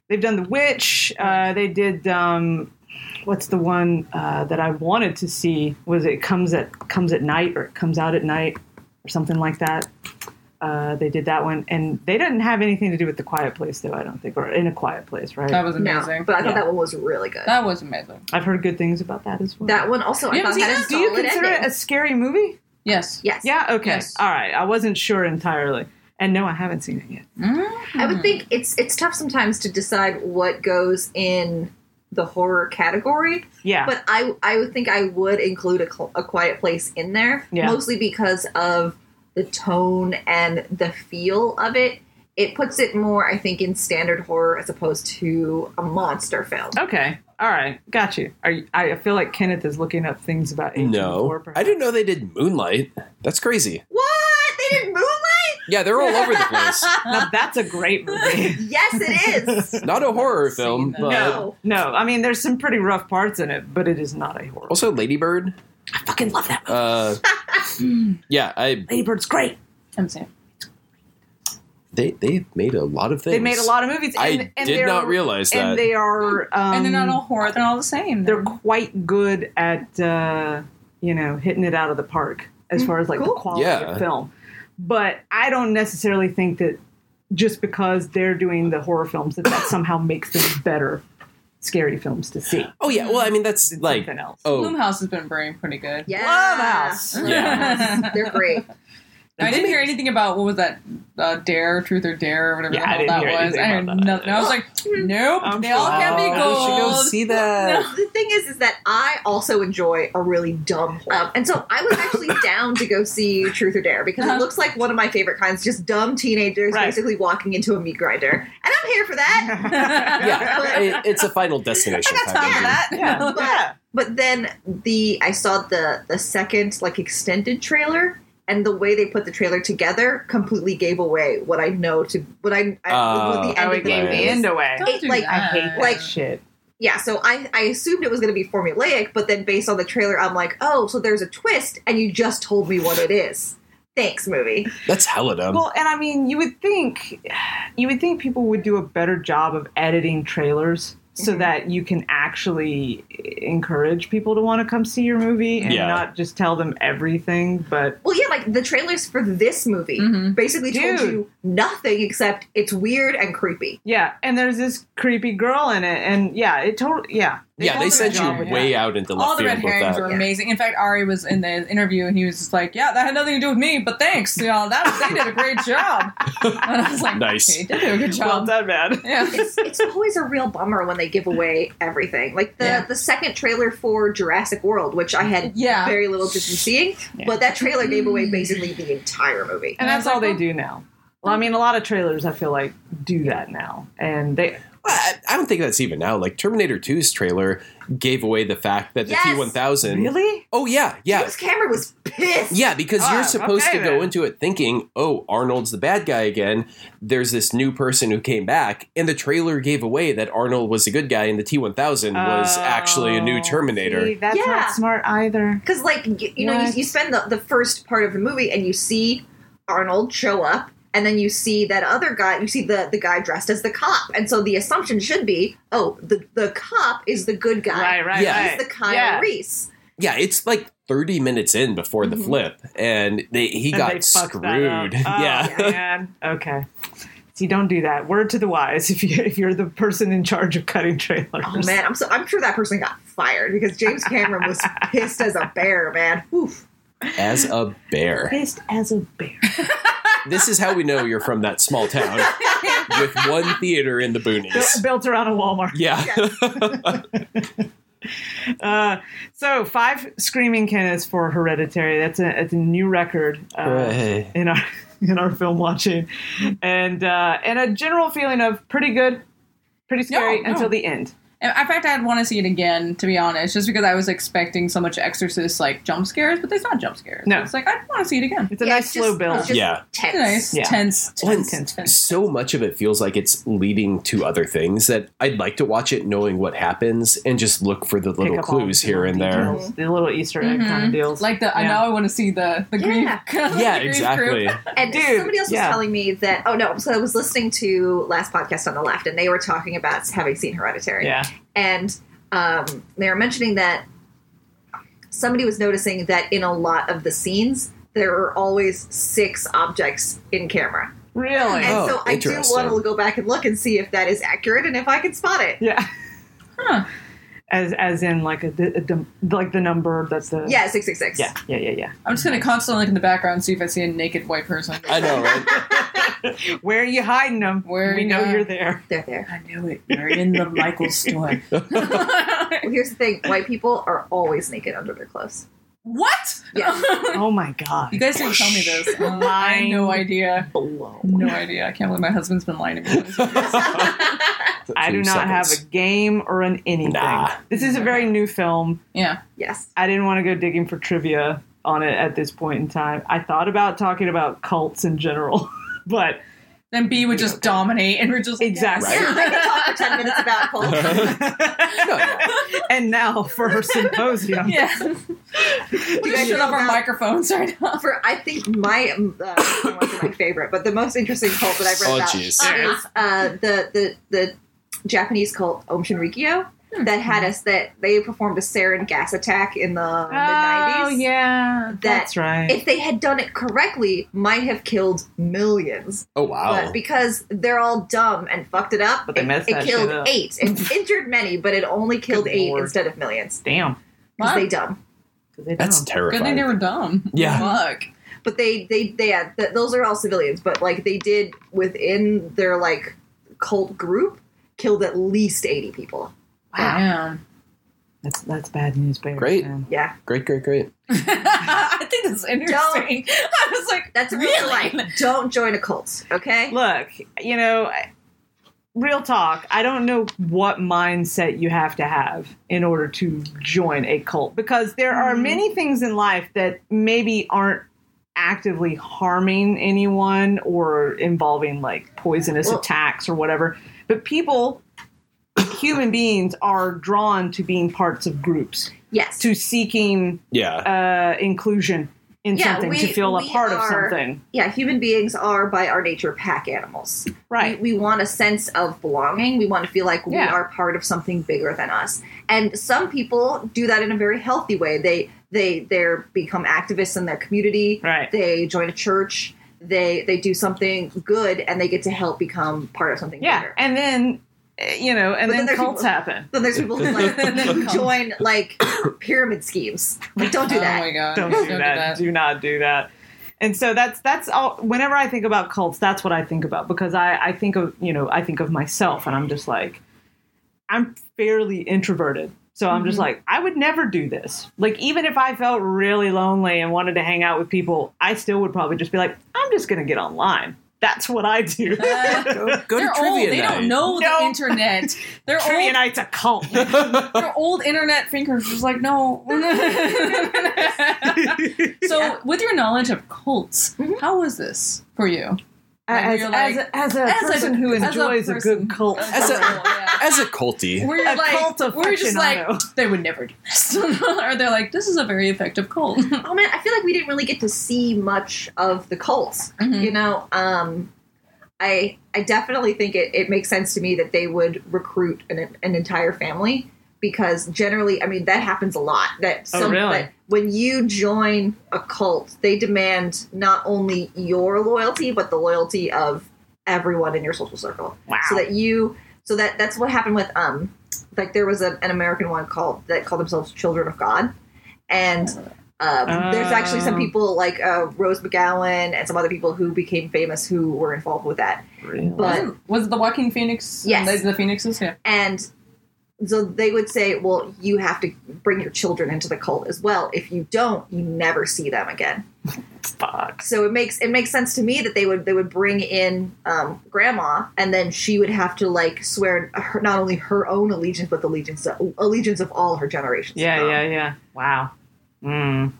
Speaker 1: They've done The Witch. Uh, they did um, what's the one uh, that I wanted to see? Was it comes at comes at night or it comes out at night or something like that? Uh, they did that one, and they didn't have anything to do with the Quiet Place, though. I don't think, or in a Quiet Place, right?
Speaker 3: That was
Speaker 4: No,
Speaker 3: amazing.
Speaker 4: but I thought
Speaker 1: Yeah.
Speaker 4: that one was really good. That,
Speaker 3: that was amazing.
Speaker 1: I've heard good things about that as well.
Speaker 4: one also
Speaker 3: You
Speaker 4: I
Speaker 3: haven't
Speaker 4: thought
Speaker 3: seen
Speaker 4: had a
Speaker 3: that?
Speaker 1: do you
Speaker 4: solid
Speaker 1: consider
Speaker 4: ending.
Speaker 1: it a scary movie?
Speaker 3: Yes.
Speaker 4: yes.
Speaker 1: Yeah. Okay.
Speaker 3: Yes.
Speaker 1: All right. I wasn't sure entirely, and no, I haven't seen it yet.
Speaker 4: I would think it's it's tough sometimes to decide what goes in the horror category,
Speaker 1: Yeah.
Speaker 4: but I I would think I would include a, cl- a quiet place in there,
Speaker 1: Yeah.
Speaker 4: mostly because of the tone and the feel of it. It puts it more, I think, in standard horror as opposed to a monster film.
Speaker 1: okay. All right. Got you. Are you, I feel like Kenneth is looking up things about
Speaker 2: No,
Speaker 1: 1884, perhaps.
Speaker 2: I didn't know they did Moonlight. That's crazy.
Speaker 4: What? They did Moonlight?
Speaker 2: Yeah, they're all over the place.
Speaker 1: Now, that's a great movie.
Speaker 4: Yes, it is.
Speaker 2: Not a horror
Speaker 3: Seen
Speaker 2: film,
Speaker 3: that.
Speaker 2: but
Speaker 4: No.
Speaker 1: No, I mean there's some pretty rough parts in it, but it is not a horror.
Speaker 2: also Ladybird.
Speaker 1: I fucking love that.
Speaker 2: Uh, yeah, I
Speaker 1: Ladybird's great.
Speaker 3: I'm saying.
Speaker 2: they they made a lot of things.
Speaker 1: They made a lot of movies. And,
Speaker 2: I
Speaker 1: and
Speaker 2: did
Speaker 1: they're-
Speaker 2: not realize that.
Speaker 1: And they are. Um,
Speaker 3: Hmm. and they're not all horror. They're all the same.
Speaker 1: They're quite good at uh, you know hitting it out of the park as
Speaker 3: Hmm,
Speaker 1: far as like the
Speaker 4: Cool.
Speaker 1: quality
Speaker 2: Yeah.
Speaker 1: of film. But I don't necessarily think that just because they're doing the horror films that that somehow makes them better scary films to see.
Speaker 2: oh yeah, well I mean that's
Speaker 1: It's
Speaker 2: like
Speaker 1: something else.
Speaker 2: oh
Speaker 3: Bloomhouse has been brain pretty good.
Speaker 4: Yeah.
Speaker 1: Blumhouse.
Speaker 2: Yeah.
Speaker 4: They're great.
Speaker 3: I didn't hear anything about what was that uh, Dare, Truth or Dare, or whatever
Speaker 1: Yeah,
Speaker 3: the
Speaker 1: I
Speaker 3: hell
Speaker 1: didn't
Speaker 3: that
Speaker 1: hear
Speaker 3: was.
Speaker 1: anything
Speaker 3: I heard
Speaker 1: about that.
Speaker 3: nothing. I was like, nope,
Speaker 1: I'm
Speaker 3: they all can be
Speaker 1: sorry.
Speaker 3: gold.
Speaker 1: We should go see that.
Speaker 3: No.
Speaker 4: The thing is, is that I also enjoy a really dumb horror. Um, and so I was actually down to go see Truth or Dare because it
Speaker 3: Uh-huh.
Speaker 4: looks like one of my favorite kinds, just dumb teenagers
Speaker 1: Right.
Speaker 4: basically walking into a meat grinder. And I'm here for that.
Speaker 2: yeah, it, it's a Final Destination.
Speaker 3: I got
Speaker 2: type
Speaker 3: time
Speaker 2: of
Speaker 3: for
Speaker 2: movie.
Speaker 1: Yeah.
Speaker 3: that.
Speaker 1: yeah.
Speaker 4: But then the I saw the the second like extended trailer and the way they put the trailer together completely gave away what I know to what I, I
Speaker 2: Oh.
Speaker 4: what the
Speaker 1: Oh,
Speaker 4: end
Speaker 1: it
Speaker 4: of the
Speaker 1: gave
Speaker 2: Right.
Speaker 4: movie
Speaker 1: the
Speaker 4: is.
Speaker 1: end away.
Speaker 3: Don't do
Speaker 4: Like,
Speaker 3: that.
Speaker 1: I hate that
Speaker 4: Like-
Speaker 1: shit.
Speaker 4: yeah, so I, I assumed it was going to be formulaic, but then based on the trailer, I'm like, oh, so there's a twist, and you just told me what it is. Thanks, movie.
Speaker 2: That's hella dumb.
Speaker 1: Well, and I mean, you would think you would think people would do a better job of editing trailers so
Speaker 3: Mm-hmm.
Speaker 4: Mhm.
Speaker 1: that you can actually encourage people to want to come see your movie and
Speaker 2: Yeah.
Speaker 1: not just tell them everything. But
Speaker 4: Well, yeah, like the trailers for this movie
Speaker 3: Mhm.
Speaker 4: basically told
Speaker 1: Dude.
Speaker 4: you nothing except it's weird and creepy.
Speaker 1: yeah, and there's this creepy girl in it, and yeah, it totally yeah.
Speaker 2: yeah,
Speaker 3: all
Speaker 2: they
Speaker 3: the
Speaker 2: sent
Speaker 3: red
Speaker 2: you
Speaker 3: herring-
Speaker 2: way out into
Speaker 3: All
Speaker 2: left
Speaker 3: the red
Speaker 2: field with
Speaker 3: herrings
Speaker 2: that.
Speaker 3: were
Speaker 4: Yeah.
Speaker 3: amazing. In fact, Ari was in the interview and he was just like, "Yeah, that had nothing to do with me, but thanks. You know, that they did a great job." And I was like,
Speaker 2: Nice.
Speaker 3: "Okay, they did a good
Speaker 1: Well
Speaker 3: job."
Speaker 1: done, man.
Speaker 3: yeah.
Speaker 4: It's, it's always a real bummer when they give away everything. Like the,
Speaker 3: Yeah.
Speaker 4: the second trailer for Jurassic World, which I had
Speaker 3: Yeah.
Speaker 4: very little interest in seeing,
Speaker 1: Yeah.
Speaker 4: but that trailer gave away basically the entire movie.
Speaker 1: And
Speaker 3: I
Speaker 1: that's
Speaker 3: was like, "Oh."
Speaker 1: all they
Speaker 3: well-
Speaker 1: do now. Well, I mean, a lot of trailers I feel like do that now, and they
Speaker 2: I, I don't think that's even now. Like Terminator 2's trailer gave away the fact that the
Speaker 4: Yes!
Speaker 2: T1000.
Speaker 1: really
Speaker 2: Oh yeah, yeah.
Speaker 4: James Cameron was pissed.
Speaker 2: Yeah, because
Speaker 1: Ah,
Speaker 2: you're supposed
Speaker 1: okay
Speaker 2: to go
Speaker 1: then.
Speaker 2: into it thinking, "Oh, Arnold's the bad guy again." There's this new person who came back, and the trailer gave away that Arnold was a good guy, and the T1000 was
Speaker 1: Oh,
Speaker 2: actually a new Terminator.
Speaker 3: Oh,
Speaker 1: see, that's
Speaker 4: Yeah.
Speaker 1: not smart either.
Speaker 4: Because, like, you, you know, you,
Speaker 1: What?
Speaker 4: you spend the, the first part of the movie and you see Arnold show up, and then you see that other guy, you see the, the guy dressed as the cop. And so the assumption should be oh, the, the cop is the good guy.
Speaker 1: Right, right,
Speaker 2: Yeah.
Speaker 1: right.
Speaker 4: He's the Kyle
Speaker 1: Yeah.
Speaker 4: Reese.
Speaker 2: yeah, it's like 30 minutes in before the flip, and they,
Speaker 1: Mm-hmm.
Speaker 2: he
Speaker 1: And
Speaker 2: got
Speaker 1: they fucked that
Speaker 2: screwed.
Speaker 1: up. Oh,
Speaker 2: yeah.
Speaker 1: man. Okay. See, don't do that. Word to the wise. If you if you're the person in charge of cutting trailers,
Speaker 4: Oh, man. I'm, so, I'm sure that person got fired because James Cameron was pissed as a bear, man. Oof.
Speaker 2: as a bear.
Speaker 1: pissed as a bear.
Speaker 2: This is how we know you're from that small town with one theater in the
Speaker 1: built,
Speaker 2: boonies.
Speaker 1: built around a Walmart.
Speaker 2: Yeah.
Speaker 1: Uh, so five screaming Kenneths for Hereditary. That's a that's a new record. Uh,
Speaker 2: Hooray.
Speaker 1: in our in our film watching, and uh, and a general feeling of pretty good, pretty scary
Speaker 3: no.
Speaker 1: until the end.
Speaker 3: And in fact, I'd want to see it again, to be honest, just because I was expecting so much Exorcist like jump scares, but there's not jump scares.
Speaker 1: No.
Speaker 3: it's like I want to see it again.
Speaker 1: It's a
Speaker 4: Yeah,
Speaker 1: nice
Speaker 4: it's just-
Speaker 1: slow build.
Speaker 4: it's just
Speaker 2: Yeah.
Speaker 4: tense.
Speaker 3: Nice,
Speaker 1: Yeah.
Speaker 3: tense,
Speaker 2: Well,
Speaker 3: tense, tense, tense.
Speaker 2: so much of it feels like it's leading to other things that I'd like to watch it knowing what happens and just look for the little
Speaker 1: Pick up all
Speaker 2: clues
Speaker 1: the
Speaker 2: here
Speaker 1: little
Speaker 2: and there.
Speaker 1: details, the little Easter egg
Speaker 3: Mhm.
Speaker 1: kind of deals.
Speaker 3: Like the I
Speaker 1: Yeah.
Speaker 3: now I want to see the the grief.
Speaker 4: Yeah.
Speaker 2: Yeah,
Speaker 3: the grief
Speaker 2: exactly.
Speaker 3: group.
Speaker 4: And
Speaker 1: Dude,
Speaker 4: somebody else
Speaker 1: yeah.
Speaker 4: was telling me that, oh no, so I was listening to last podcast on the left, and they were talking about having seen Hereditary.
Speaker 1: yeah,
Speaker 4: and um, they were mentioning that somebody was noticing that in a lot of the scenes there are always six objects in camera.
Speaker 1: Really?
Speaker 4: And
Speaker 2: Oh,
Speaker 4: so I do
Speaker 2: interesting.
Speaker 4: want to go back and look and see if that is accurate and if I can spot it.
Speaker 1: Yeah.
Speaker 3: Huh.
Speaker 1: As as in like a, d- a dum- like the number that's the
Speaker 4: Yeah, 666.
Speaker 1: yeah yeah yeah
Speaker 3: I'm just gonna constantly look in the background and see if I see a naked white person.
Speaker 2: I know, right?
Speaker 1: yeah. Where are you hiding them?
Speaker 3: Where
Speaker 1: we
Speaker 3: you
Speaker 1: know
Speaker 3: got-
Speaker 1: you're there.
Speaker 4: They're there.
Speaker 3: I knew it. You're in the Michael store.
Speaker 4: Well, here's the thing white people are always naked under their clothes.
Speaker 3: what?
Speaker 4: Yeah.
Speaker 1: Oh my god.
Speaker 3: you guys didn't tell me this. Uh, I had no idea.
Speaker 1: Blow.
Speaker 3: No idea. I can't believe my husband's been lying to me.
Speaker 1: I do
Speaker 2: Few
Speaker 1: not have
Speaker 2: seconds.
Speaker 1: a game or an anything.
Speaker 2: Nah.
Speaker 1: This is a very new film.
Speaker 3: yeah.
Speaker 4: yes.
Speaker 1: I didn't want to go digging for trivia on it at this point in time. I thought about talking about cults in general, but
Speaker 3: Then B would just dominate, and we're just like,
Speaker 1: Exactly.
Speaker 3: yes.
Speaker 4: Yeah, I can talk for 10 minutes about cults.
Speaker 2: No, yeah.
Speaker 1: and now for her symposium.
Speaker 3: Yeah. we
Speaker 4: guys
Speaker 3: just shut off
Speaker 4: know
Speaker 3: our
Speaker 4: about-
Speaker 3: microphones right now.
Speaker 4: For I think my um, uh, one of my favorite, but the most interesting cult that I've read
Speaker 2: Oh,
Speaker 4: about
Speaker 2: jeez.
Speaker 4: is uh, the the the Japanese cult Om Shinrikyo
Speaker 1: Hmm.
Speaker 4: that had us that they performed a sarin gas attack in the
Speaker 1: Oh
Speaker 4: mid nineties.
Speaker 1: yeah,
Speaker 4: That-
Speaker 1: that's right.
Speaker 4: If they had done it correctly, might have killed millions.
Speaker 2: Oh wow.
Speaker 4: But because they're all dumb and fucked it up,
Speaker 1: But they
Speaker 4: it,
Speaker 1: messed
Speaker 4: it
Speaker 1: that
Speaker 4: killed
Speaker 1: shit up.
Speaker 4: eight. It injured many, but it only killed
Speaker 1: Good
Speaker 4: eight
Speaker 1: lord.
Speaker 4: instead of millions.
Speaker 1: Damn,
Speaker 4: Because
Speaker 3: Wow.
Speaker 4: they dumb.
Speaker 2: That's
Speaker 3: Good thing they
Speaker 2: terrifying.
Speaker 3: were dumb.
Speaker 2: Yeah.
Speaker 3: Fuck.
Speaker 4: but they they they yeah, th- those are all civilians but like they did within their like cult group killed at least 80 people
Speaker 3: Damn.
Speaker 1: That's that's bad news, Bear.
Speaker 2: Great.
Speaker 1: man.
Speaker 4: yeah
Speaker 2: Great, great, great.
Speaker 3: I think that's interesting. I was like,
Speaker 4: that's a real
Speaker 3: really?
Speaker 4: life don't join a cult okay
Speaker 1: Look, you know, I- real talk. I don't know what mindset you have to have in order to join a cult because there are
Speaker 4: Mm-hmm.
Speaker 3: Mhm.
Speaker 1: many things in life that maybe aren't actively harming anyone or involving like poisonous
Speaker 4: Well-
Speaker 1: attacks or whatever. But people, human beings, are drawn to being parts of groups,
Speaker 4: yes
Speaker 1: to seeking
Speaker 2: Yeah.
Speaker 1: uh, inclusion in
Speaker 4: Yeah,
Speaker 1: something,
Speaker 4: we-
Speaker 1: to feel a
Speaker 4: we
Speaker 1: part of
Speaker 4: are-
Speaker 1: something.
Speaker 4: yeah human beings are by our nature pack animals
Speaker 1: Right.
Speaker 4: we, we want a sense of belonging we want to feel like we
Speaker 1: Yeah.
Speaker 4: are part of something bigger than us and some people do that in a very healthy way they they they become activists in their community
Speaker 1: Right.
Speaker 4: they join a church they they do something good and they get to help become part of something
Speaker 1: Yeah.
Speaker 4: bigger
Speaker 1: And then, uh, you know, and
Speaker 4: But then
Speaker 1: then,
Speaker 4: there's
Speaker 1: cults
Speaker 4: people-
Speaker 1: happen.
Speaker 4: then there's people who like who
Speaker 3: Come.
Speaker 4: join like pyramid schemes like don't do
Speaker 3: oh
Speaker 4: that
Speaker 3: my god.
Speaker 1: Don't do that. Do not do that. And so that's that's all. Whenever I think about cults, that's what I think about because I I think of you know I think of myself and I'm just like, I'm fairly introverted. So I'm
Speaker 4: Mm-hmm.
Speaker 1: just
Speaker 3: Mhm.
Speaker 1: like I would never do this. Like even if I felt really lonely and wanted to hang out with people, I still would probably just be like, I'm just going to get online. That's what I do. Uh,
Speaker 2: Go, go
Speaker 3: They're
Speaker 2: to trivia
Speaker 3: old. They
Speaker 2: night.
Speaker 3: don't know
Speaker 1: No.
Speaker 3: the internet. They're
Speaker 1: Trivia
Speaker 3: old.
Speaker 1: night's a cult.
Speaker 3: They're old internet thinkers. Just like no. so, with your knowledge of cults,
Speaker 1: Mm-hmm.
Speaker 4: Mhm.
Speaker 3: how was this for you?
Speaker 1: as,
Speaker 3: you're like-
Speaker 1: as, a- as a
Speaker 3: as a-
Speaker 1: person who
Speaker 3: as a
Speaker 1: enjoys a,
Speaker 3: person.
Speaker 1: good cult,
Speaker 2: As a-
Speaker 3: yeah.
Speaker 2: As a culty.
Speaker 3: where you're
Speaker 1: a
Speaker 3: like,
Speaker 1: cult of
Speaker 3: where you're just like,
Speaker 1: aficionado.
Speaker 3: they would never do this, or they're like, this is a very effective cult.
Speaker 4: oh man i feel like we didn't really get to see much of the cults
Speaker 1: Mm-hmm.
Speaker 4: you know um i i definitely think it, it makes sense to me that they would recruit an, an entire family because generally i mean that happens a lot that
Speaker 1: Oh,
Speaker 4: some
Speaker 1: really?
Speaker 4: that when you join a cult they demand not only your loyalty but the loyalty of everyone in your social circle
Speaker 1: wow.
Speaker 4: so that you so that that's what happened with um like there was a, an american one called that called themselves children of god and um, there's actually some
Speaker 1: Oh.
Speaker 4: people like uh, rose mcgowan and some other people who became famous who were involved with that but
Speaker 3: Was it- was it the Walking Phoenix?
Speaker 4: Yes.
Speaker 3: Those are the Phoenixes. Yeah.
Speaker 4: and so they would say well you have to bring your children into the cult as well if you don't you never see them again
Speaker 1: fuck.
Speaker 4: so it makes it makes sense to me that they would they would bring in um, grandma and then she would have to like swear her, not only her own allegiance but the allegiance of, allegiance of all her generations
Speaker 1: Yeah,
Speaker 4: to come.
Speaker 1: yeah, yeah. Wow. Mm.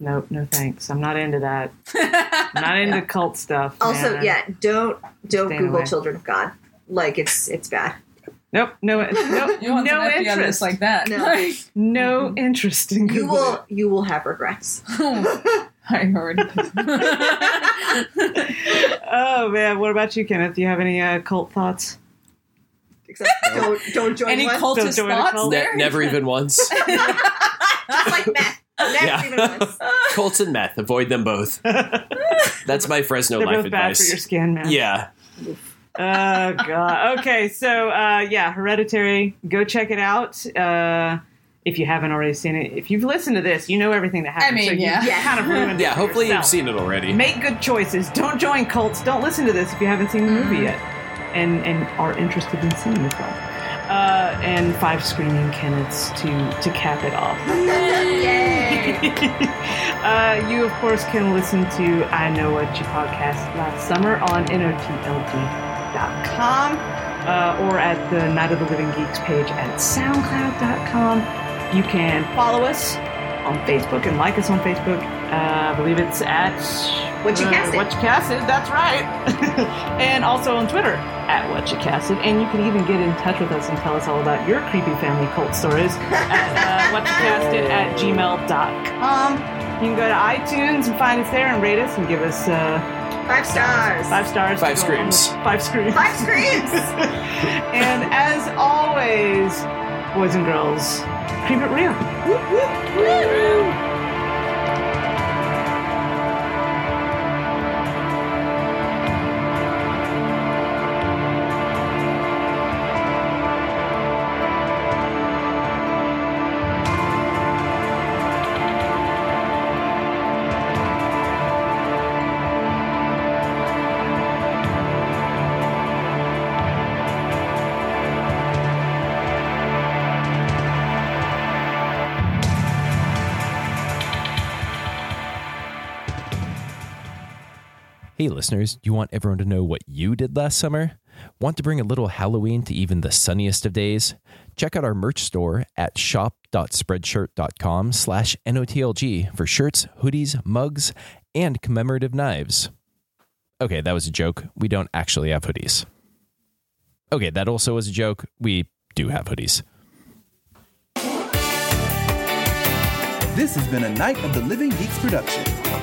Speaker 1: Nope, no thanks. I'm not into that. I'm not into cult stuff.
Speaker 4: also
Speaker 1: man.
Speaker 4: yeah don't don't
Speaker 1: Stay
Speaker 4: google
Speaker 1: away.
Speaker 4: children of god like it's it's bad
Speaker 1: Nope, no, nope,
Speaker 3: You want
Speaker 1: no
Speaker 3: some FBI
Speaker 1: interest.
Speaker 3: that's like mm-hmm. that?
Speaker 4: No.
Speaker 3: Like,
Speaker 1: no interest in
Speaker 4: you
Speaker 1: Google.
Speaker 4: will you will have regrets
Speaker 3: oh, I heard.
Speaker 1: Oh man, what about you, Kenneth? Do you have any uh, cult thoughts?
Speaker 4: Except don't don't join
Speaker 3: Any
Speaker 4: one.
Speaker 3: cultist
Speaker 1: Don't join a
Speaker 3: thoughts
Speaker 1: cult.
Speaker 2: Ne-
Speaker 3: there?
Speaker 2: never even once.
Speaker 4: Just like meth. Never
Speaker 2: Yeah.
Speaker 4: even once.
Speaker 2: Colts and meth. Avoid them both. That's my Fresno
Speaker 1: They're
Speaker 2: life
Speaker 1: both bad for your
Speaker 2: advice.
Speaker 1: skin, man.
Speaker 2: Yeah.
Speaker 1: oh god. Okay, so uh, yeah, Hereditary. Go check it out uh, if you haven't already seen it. If you've listened to this, you know everything that happened.
Speaker 3: mean,
Speaker 1: so
Speaker 3: yeah.
Speaker 1: you
Speaker 4: Yeah.
Speaker 1: kind of ruined. it
Speaker 2: Yeah.
Speaker 1: for
Speaker 2: Hopefully you've
Speaker 1: yourself.
Speaker 2: seen it already.
Speaker 1: Make good choices. Don't join cults. Don't listen to this if you haven't seen the
Speaker 4: Mm-hmm.
Speaker 1: movie yet, and and are interested in seeing the film. Uh, and five screaming Kennets to to cap it off.
Speaker 4: Yay.
Speaker 1: uh, you, of course, can listen to I Know What You podcast last summer on NOTLG.com uh, or at the Night of the Living Geeks page at SoundCloud.com. You can follow us on Facebook and like us on Facebook. Uh, I believe it's at
Speaker 4: What You
Speaker 1: uh,
Speaker 4: Casted.
Speaker 1: What You Casted, that's right. and also on Twitter at What You Casted. And you can even get in touch with us and tell us all about your creepy family cult stories at uh, whatcasted at gmail.com. You can go to iTunes and find us there and rate us and give us uh,
Speaker 4: Five stars.
Speaker 1: five stars.
Speaker 2: Five
Speaker 1: to go along
Speaker 2: screams.
Speaker 1: with- Five screams.
Speaker 4: Five screams.
Speaker 1: and as always, boys and girls, keep it real.
Speaker 5: Hey, listeners, do you want everyone to know what you did last summer? Want to bring a little Halloween to even the sunniest of days? Check out our merch store at shop.spreadshirt.com slash NOTLG for shirts, hoodies, mugs, and commemorative knives. Okay, that was a joke. We don't actually have hoodies. Okay, that also was a joke. We do have hoodies.
Speaker 6: This has been a Night of the Living Geeks production.